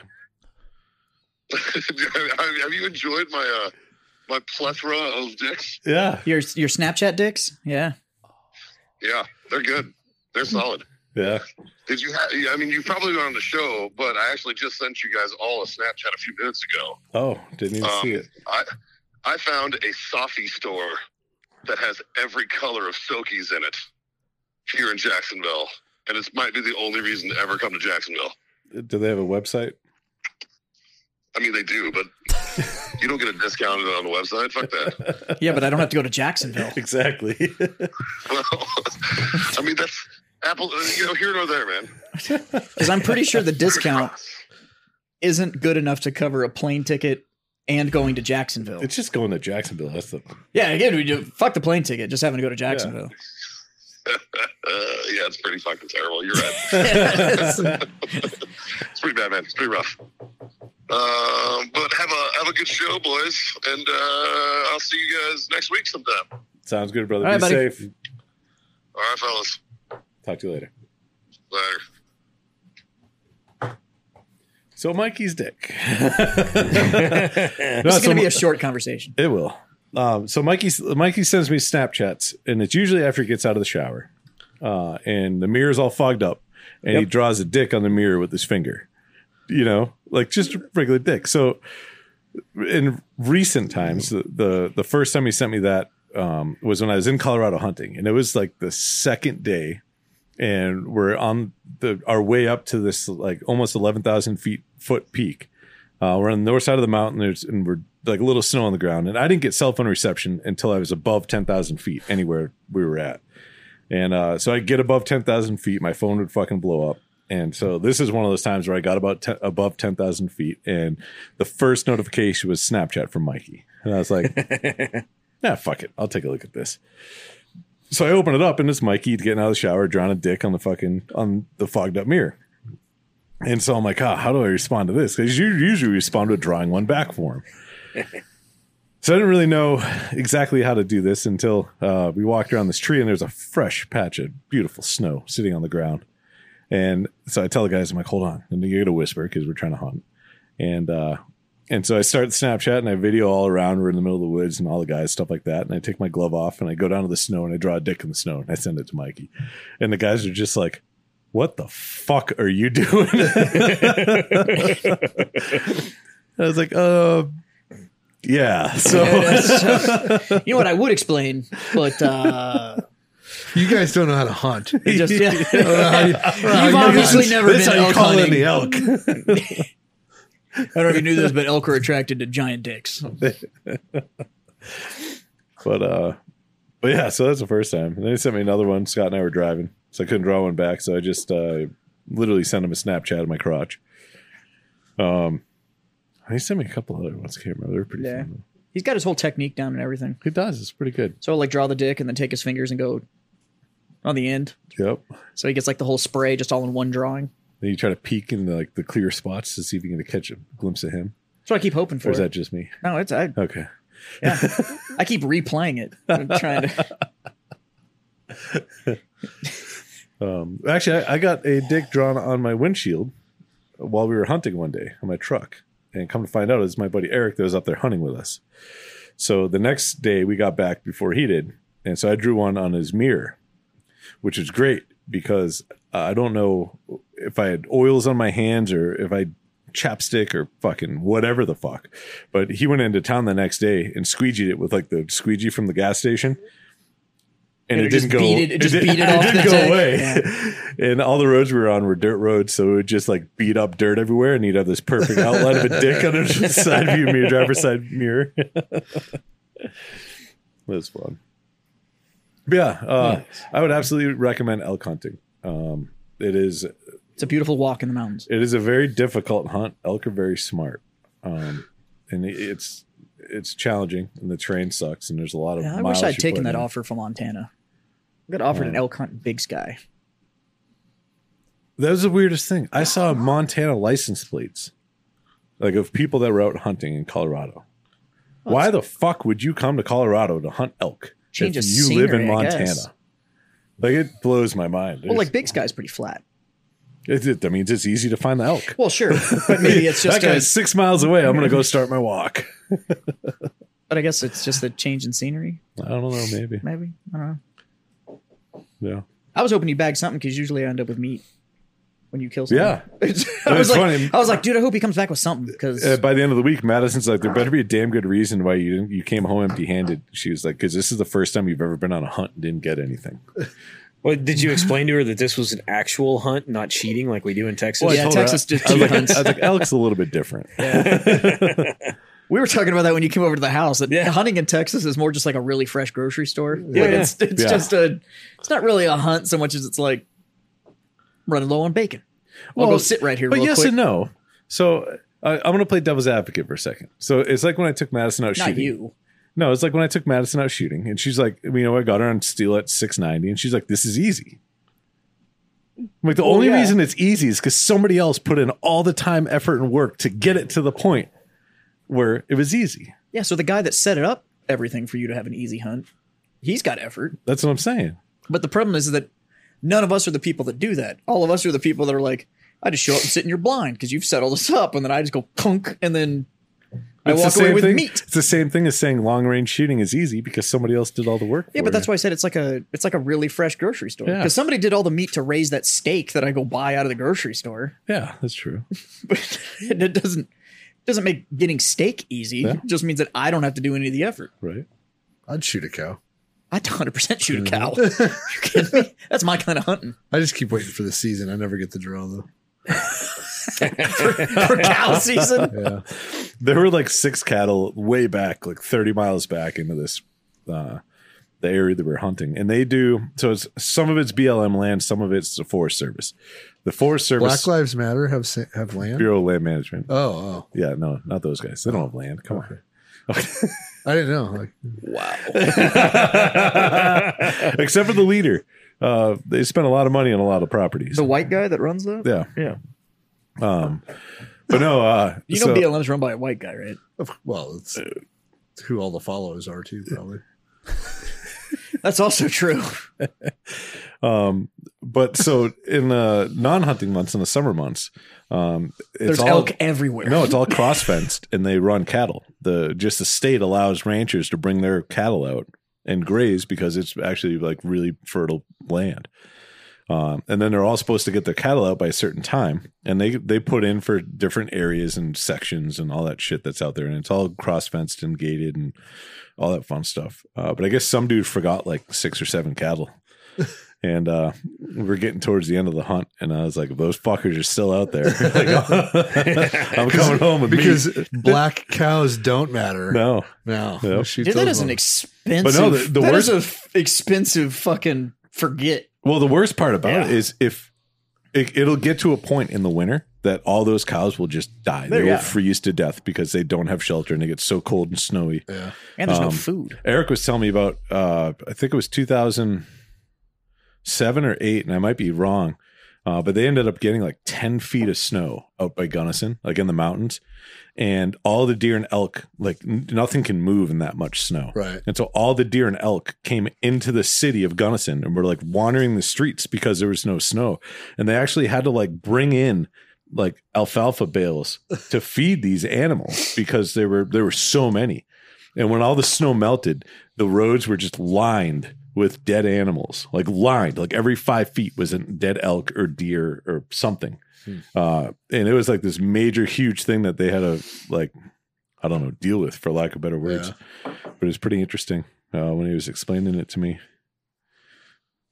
Speaker 8: have you enjoyed my uh, my plethora of dicks?
Speaker 5: Yeah,
Speaker 6: Your your Snapchat dicks? Yeah.
Speaker 8: Yeah, they're good. They're solid.
Speaker 5: yeah.
Speaker 8: Did you have? I mean, you probably were on the show, but I actually just sent you guys all a Snapchat a few minutes ago.
Speaker 5: Oh, didn't even
Speaker 8: Um,
Speaker 5: see it.
Speaker 8: I I found a Safi store that has every color of Silkies in it here in Jacksonville, and this might be the only reason to ever come to Jacksonville.
Speaker 6: Um.
Speaker 5: Do they have a website?
Speaker 8: I mean, they do, but you don't get a discount on the website. Fuck that. *laughs*
Speaker 6: Yeah, but I don't have to go to Jacksonville.
Speaker 5: Exactly.
Speaker 8: Well, I mean, that's Apple. uh, You know, here nor there, man. *laughs*
Speaker 6: Because I'm pretty *laughs* sure the discount isn't good enough to cover a plane ticket and going to Jacksonville.
Speaker 5: it's just going to Jacksonville. That's the
Speaker 6: yeah, again, we do, fuck the plane ticket, just having to go to *laughs* Jacksonville.
Speaker 8: Uh, yeah, it's pretty fucking terrible. You're right. It's pretty bad, man. It's pretty rough. Um, but have a have a good show, boys, and uh, I'll see you guys next week sometime. All
Speaker 5: sounds good, brother.
Speaker 6: All right,
Speaker 5: be
Speaker 6: buddy.
Speaker 5: safe.
Speaker 8: right, fellas.
Speaker 5: Talk to you later.
Speaker 8: Later.
Speaker 5: So Mikey's dick. *laughs* No,
Speaker 6: This is
Speaker 5: so
Speaker 6: going to be
Speaker 5: Mi-
Speaker 6: a short conversation.
Speaker 5: It will. Um, so Mikey Mikey sends me Snapchats, and it's usually after he gets out of the shower, uh, and the mirror's all fogged up, and he draws a dick on the mirror with his finger. You know, like just a regular dick. So in recent times, the the, the first time he sent me that um, was when I was in Colorado hunting, and it was like the second day and we're on the our way up to this like almost eleven thousand feet foot peak. Uh, we're on the north side of the mountain, there's, and we're like a little snow on the ground. And I didn't get cell phone reception until I was above ten thousand feet anywhere we were at. And uh, so I get above ten thousand feet, my phone would fucking blow up. And so this is one of those times where I got about 10, above ten thousand feet, and the first notification was Snapchat from Mikey, and I was like, "Nah, fuck it, I'll take a look at this." So I open it up, and it's Mikey getting out of the shower, drawing a dick on the fucking on the fogged up mirror. And so I'm like, ah, how do I respond to this? Because you usually respond with drawing one back for him. so I didn't really know exactly how to do this until uh, we walked around this tree and there's a fresh patch of beautiful snow sitting on the ground. And so I tell the guys, I'm like, hold on. And you get a whisper because we're trying to hunt. And uh, and so I start Snapchat and I video all around. We're in the middle of the woods and all the guys, stuff like that. And I take my glove off and I go down to the snow and I draw a dick in the snow and I send it to Mikey. And the guys are just like, what the fuck are you *laughs* doing? I was like, uh, yeah. *laughs* So
Speaker 6: *laughs* You know what I would explain, but *laughs* uh,
Speaker 3: You guys don't know how to
Speaker 5: *laughs*
Speaker 3: hunt.
Speaker 6: it just yeah.
Speaker 3: you
Speaker 6: you've
Speaker 3: know
Speaker 6: obviously
Speaker 3: this.
Speaker 6: never
Speaker 5: that's
Speaker 6: been
Speaker 5: how you
Speaker 6: elk
Speaker 5: call in
Speaker 6: hunting.
Speaker 5: the elk.
Speaker 6: *laughs* I don't know if you knew this, but elk are attracted to giant dicks.
Speaker 5: But uh, but yeah, so that's the first time. And then he sent me another one. Scott and I were driving, so I couldn't draw one back. So I just uh, literally sent him a Snapchat of my crotch. Um, he sent me a couple other ones. I can't remember. They're pretty.
Speaker 6: Yeah.
Speaker 5: fun.
Speaker 6: He's got his whole technique down and everything.
Speaker 5: He does. It's pretty good.
Speaker 6: So like draw the dick and then take his fingers and go on the end.
Speaker 5: Yep.
Speaker 6: So he gets like the whole spray just all in one drawing.
Speaker 5: Then you try to peek in the, like the clear spots to see if you can catch a glimpse of him.
Speaker 6: That's what I keep hoping
Speaker 5: Or
Speaker 6: for.
Speaker 5: is that just me?
Speaker 6: no, it's I,
Speaker 5: Okay.
Speaker 6: I keep replaying it. I'm trying to.
Speaker 5: Um, actually, I, I got a dick drawn on my windshield while we were hunting one day on my truck. And come to find out, it's my buddy Eric that was up there hunting with us. So the next day we got back before he did. And so I drew one on his mirror, which is great because uh, I don't know if I had oils on my hands or if I chapstick or fucking whatever the fuck. But he went into town the next day and squeegeed it with like the squeegee from the gas station. And,
Speaker 6: And
Speaker 5: *laughs* it,
Speaker 6: it just
Speaker 5: didn't go.
Speaker 6: beat it- it just beat it off the
Speaker 5: didn't go
Speaker 6: tank.
Speaker 5: away. *laughs* And all the roads we were on were dirt roads, so it would just like beat up dirt everywhere, and you'd have this perfect outline of a dick under the *laughs* side view mirror, driver's side mirror. *laughs* That's fun. But yeah, uh, I would absolutely recommend elk hunting. Um, it is
Speaker 6: It's a beautiful walk in the mountains.
Speaker 5: it is a very difficult hunt. Elk are very smart, um, and it- it's it's challenging, and the terrain sucks, and there's a lot of.
Speaker 6: Yeah, I
Speaker 5: miles
Speaker 6: wish I'd
Speaker 5: you
Speaker 6: taken
Speaker 5: put
Speaker 6: that
Speaker 5: in.
Speaker 6: offer from Montana. I got offered an elk hunt in Big Sky.
Speaker 5: That was the weirdest thing. I saw Montana license plates, like of people that were out hunting in Colorado. Why the fuck would you come to Colorado to hunt elk
Speaker 6: Change
Speaker 5: if
Speaker 6: of
Speaker 5: you live
Speaker 6: scenery,
Speaker 5: in
Speaker 6: I
Speaker 5: Montana?
Speaker 6: guess.
Speaker 5: Like it blows my mind.
Speaker 6: Well, like Big Sky's pretty flat.
Speaker 5: it, it, that means it's easy to find the elk.
Speaker 6: Well, *laughs* sure, but maybe it's just
Speaker 5: that
Speaker 6: a,
Speaker 5: guy's six miles away. I'm gonna go start my walk.
Speaker 6: but I guess it's just a change in scenery.
Speaker 5: I don't know, maybe.
Speaker 6: Maybe I don't know.
Speaker 5: Yeah.
Speaker 6: I was hoping you bagged something because usually I end up with meat when you kill someone.
Speaker 5: Yeah.
Speaker 6: *laughs* I
Speaker 5: It was
Speaker 6: was like,
Speaker 5: funny.
Speaker 6: I was like, dude, I hope he comes back with something because
Speaker 5: Uh, by the end of the week, Madison's like, "There better be a damn good reason why you didn't, you came home empty-handed." She was like, "Because this is the first time you've ever been on a hunt and didn't get anything."
Speaker 4: Well, did you explain to her that this was an actual hunt, not cheating like we do in Texas?
Speaker 5: Well, I
Speaker 6: yeah,
Speaker 5: told her,
Speaker 6: Texas just
Speaker 5: I was,
Speaker 6: cheat
Speaker 5: like,
Speaker 6: hunts.
Speaker 5: I was like, elk's a little bit different.
Speaker 6: we were talking about that when you came over to the house. That hunting in Texas is more just like a really fresh grocery store. Yeah,
Speaker 5: yeah.
Speaker 6: it's it's
Speaker 5: Yeah.
Speaker 6: just a it's not really a hunt so much as it's like running low on bacon. I'll
Speaker 5: Well,
Speaker 6: go sit right here
Speaker 5: But
Speaker 6: real
Speaker 5: yes
Speaker 6: quick.
Speaker 5: and no. So I I'm going to play devil's advocate for a second. So it's like when I took Madison out
Speaker 6: not
Speaker 5: shooting.
Speaker 6: you.
Speaker 5: No, it's like when I took Madison out shooting, and she's like, you know, I got her on steel at 690, and she's like, this is easy. I'm like, the only
Speaker 6: yeah.
Speaker 5: reason it's easy is because somebody else put in all the time, effort, and work to get it to the point where it was easy.
Speaker 6: Yeah, so the guy that set it up everything for you to have an easy hunt, he's got effort.
Speaker 5: That's what I'm saying.
Speaker 6: But the problem is that none of us are the people that do that. All of us are the people that are like, I just show up and sit in your blind because you've set all this up, and then I just go clunk, and then I
Speaker 5: It's the
Speaker 6: walk away
Speaker 5: same
Speaker 6: with
Speaker 5: thing-
Speaker 6: meat.
Speaker 5: It's the same thing as saying long range shooting is easy because somebody else did all the work.
Speaker 6: Yeah,
Speaker 5: for
Speaker 6: but that's
Speaker 5: you.
Speaker 6: why I said it's like a it's like a really fresh grocery store because
Speaker 5: Yeah.
Speaker 6: somebody did all the meat to raise that steak that I go buy out of the grocery store, *laughs*
Speaker 5: Yeah, that's true.
Speaker 6: but it doesn't doesn't make getting steak easy.
Speaker 5: Yeah.
Speaker 6: It just means that I don't have to do any of the effort.
Speaker 5: Right.
Speaker 3: I'd shoot a cow.
Speaker 6: I'd 100% shoot a
Speaker 5: Mm-hmm.
Speaker 6: cow. *laughs* you kidding me? That's my kind of hunting.
Speaker 3: I just keep waiting for the season. I never get the draw though.
Speaker 6: For cow season.
Speaker 5: *laughs*
Speaker 3: Yeah.
Speaker 5: there were like six cattle way back, like 30 miles back into this, uh, the area that we're hunting. And they do, so it's some of it's BLM land, some of it's the Forest Service. The Forest Service,
Speaker 3: Black Lives Matter have sa- have land.
Speaker 5: Bureau of Land Management.
Speaker 3: Oh, oh,
Speaker 5: yeah, no, not those guys. They don't have land. Come on.
Speaker 3: I didn't know. Like,
Speaker 5: *laughs* Except for the leader. Uh, they spent a lot of money on a lot of properties.
Speaker 6: The white guy that runs that?
Speaker 5: yeah.
Speaker 6: Yeah.
Speaker 5: Um, but no, uh,
Speaker 6: *laughs* You know
Speaker 5: so-
Speaker 6: BLM's run by a white guy, right?
Speaker 3: of- well, it's
Speaker 5: Uh,
Speaker 3: who all the followers are too, probably.
Speaker 6: That's also true.
Speaker 5: Um, but so in the non-hunting months, in the summer months, um, it's
Speaker 6: There's
Speaker 5: all
Speaker 6: elk everywhere.
Speaker 5: no, it's all cross fenced, and they run cattle. The just the state allows ranchers to bring their cattle out and graze because it's actually like really fertile land. Um, and then they're all supposed to get their cattle out by a certain time, and they they put in for different areas and sections and all that shit that's out there, and it's all cross fenced and gated and all that fun stuff. Uh, but I guess some dude forgot like six or seven cattle. And uh, we're getting towards the end of the hunt, and I was like, "If "Those fuckers are still out there." *laughs* like, *laughs* I'm coming home with meat."
Speaker 3: because
Speaker 5: *laughs*
Speaker 3: black cows don't matter.
Speaker 5: No,
Speaker 3: No,
Speaker 5: Yeah.
Speaker 3: She
Speaker 6: Dude, that
Speaker 3: told
Speaker 6: is an
Speaker 3: them.
Speaker 6: expensive.
Speaker 5: But no, the- the
Speaker 6: that is a
Speaker 5: worst-
Speaker 6: f- expensive fucking forget.
Speaker 5: Well, the worst part about it
Speaker 6: Yeah.
Speaker 5: is if it, it'll get to a point in the winter that all those cows will just die. They
Speaker 6: There,
Speaker 5: will
Speaker 6: yeah.
Speaker 5: freeze to death because they don't have shelter and it gets so cold and snowy.
Speaker 3: yeah.
Speaker 6: And there's no
Speaker 5: Um,
Speaker 6: food.
Speaker 5: Eric was telling me about, uh, I think it was 2007 or eight, and I might be wrong, uh, but they ended up getting like 10 feet of snow out by Gunnison, like in the mountains. And all the deer and elk, like n- nothing can move in that much snow.
Speaker 3: Right.
Speaker 5: And so all the deer and elk came into the city of Gunnison and were like wandering the streets because there was no snow. And they actually had to like bring in like alfalfa bales to feed these animals because there were there were so many. And when all the snow melted, the roads were just lined with dead animals, like lined, like every five feet was a dead elk or deer or something.
Speaker 3: Hmm.
Speaker 5: Uh, and it was like this major, huge thing that they had to like, I don't know, deal with for lack of better words. But it was pretty interesting uh, when he was explaining it to me.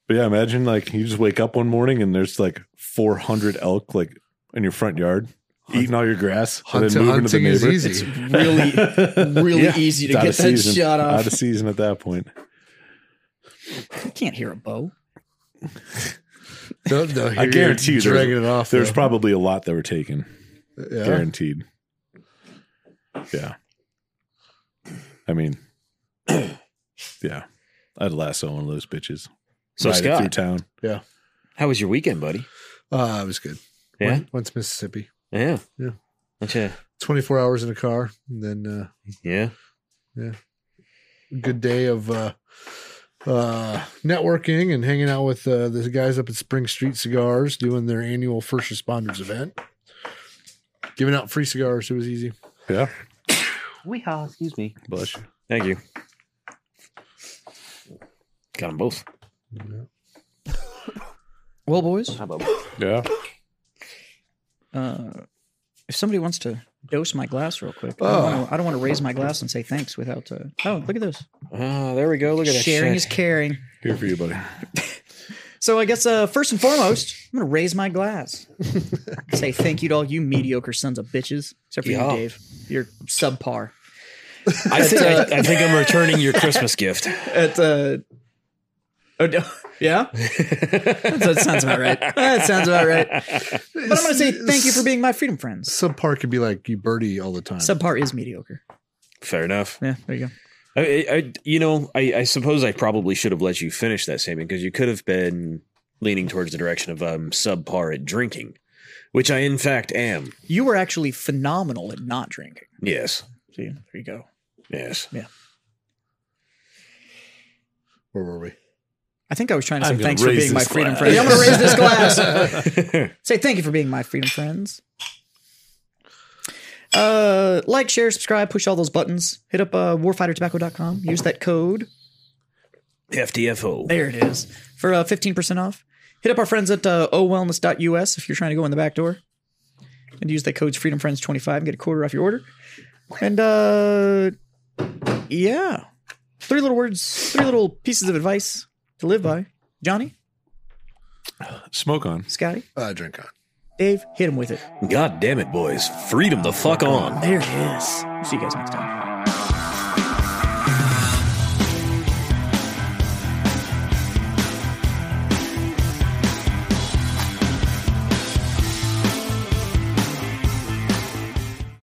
Speaker 5: But yeah, imagine like you just wake up one morning and there's like 400 elk like in your front yard. Eating all your grass, and
Speaker 3: Hunt-
Speaker 5: then moving to the
Speaker 3: hunting is
Speaker 5: neighbor.
Speaker 3: easy.
Speaker 5: *laughs*
Speaker 6: Really, really easy to
Speaker 5: It's out
Speaker 6: get
Speaker 5: of
Speaker 6: that
Speaker 5: season.
Speaker 6: shot off.
Speaker 5: Out of season at that point.
Speaker 6: you can't hear a bow.
Speaker 3: No, no,
Speaker 5: I
Speaker 3: you're
Speaker 5: guarantee you there's-
Speaker 3: dragging it off.
Speaker 5: There's
Speaker 3: though.
Speaker 5: probably a lot that were taken,
Speaker 3: yeah.
Speaker 5: guaranteed. Yeah.
Speaker 6: *clears throat*
Speaker 5: I mean, yeah. I'd lasso one of those bitches.
Speaker 4: So,
Speaker 5: Ride it through
Speaker 4: Scott,
Speaker 5: town.
Speaker 4: how was your weekend, buddy?
Speaker 3: Uh, it was good.
Speaker 4: Yeah.
Speaker 3: Went, went to Mississippi.
Speaker 4: Yeah.
Speaker 3: Yeah.
Speaker 4: Okay.
Speaker 3: 24 hours in a car, and then uh,
Speaker 4: Yeah.
Speaker 3: good day of uh, uh, networking and hanging out with uh, the guys up at Spring Street Cigars doing their annual first responders event. Giving out free cigars, it was easy.
Speaker 5: Yeah.
Speaker 4: Weehaw, excuse me.
Speaker 5: Blush.
Speaker 4: Thank you. Got them both.
Speaker 6: Well, boys,
Speaker 5: Yeah.
Speaker 6: uh, if somebody wants to dose my glass real quick, I
Speaker 3: Oh.
Speaker 6: don't wanna- I don't want to raise my glass and say thanks without. Uh, oh, look at this.
Speaker 4: Oh, there we go. Look at that.
Speaker 6: Sharing
Speaker 4: shit.
Speaker 6: is caring.
Speaker 5: Here for you, buddy.
Speaker 6: So I guess uh, first and foremost, I'm gonna raise my *laughs* glass. Say thank you to all you mediocre sons of bitches, except for
Speaker 4: Yeah.
Speaker 6: you, Dave. You're subpar.
Speaker 4: I think, I, I think I'm returning your Christmas gift.
Speaker 6: At uh, oh, no- *laughs* yeah, that sounds about *laughs* right. That sounds about right. But I'm gonna say thank you for being my freedom friends.
Speaker 3: Subpar could be like you birdie all the time.
Speaker 6: Subpar is mediocre.
Speaker 4: Fair enough.
Speaker 6: Yeah, there you go.
Speaker 4: I, I- I you know, I, I suppose I probably should have let you finish that statement because you could have been leaning towards the direction of um subpar at drinking, which I in fact am.
Speaker 6: You were actually phenomenal at not drinking.
Speaker 4: Yes.
Speaker 6: See, there you go.
Speaker 4: Yes.
Speaker 3: Where were we?
Speaker 6: I think I was trying to say
Speaker 5: I'm gonna
Speaker 6: thanks for
Speaker 5: raise
Speaker 6: being my
Speaker 5: this
Speaker 6: freedom
Speaker 5: glass.
Speaker 6: friends. I'm gonna raise this glass.
Speaker 5: *laughs*
Speaker 6: *laughs* Say thank you for being my freedom friends. Uh, like, share, subscribe, push all those buttons. Hit up uh, warfightertobacco.com. Use that code.
Speaker 4: FTFO.
Speaker 6: There it is for uh, 15% off. Hit up our friends at uh, owellness.us if you're trying to go in the back door. And use that code's Freedom Friends 25 and get a quarter off your order. And uh, yeah, Three little words, three little pieces of advice to live by. Johnny,
Speaker 5: Smoke on.
Speaker 6: Scotty,
Speaker 3: Uh, drink on.
Speaker 6: Dave, hit him with it.
Speaker 4: God damn it, boys. Freedom the fuck on.
Speaker 6: There it is. See you guys next time.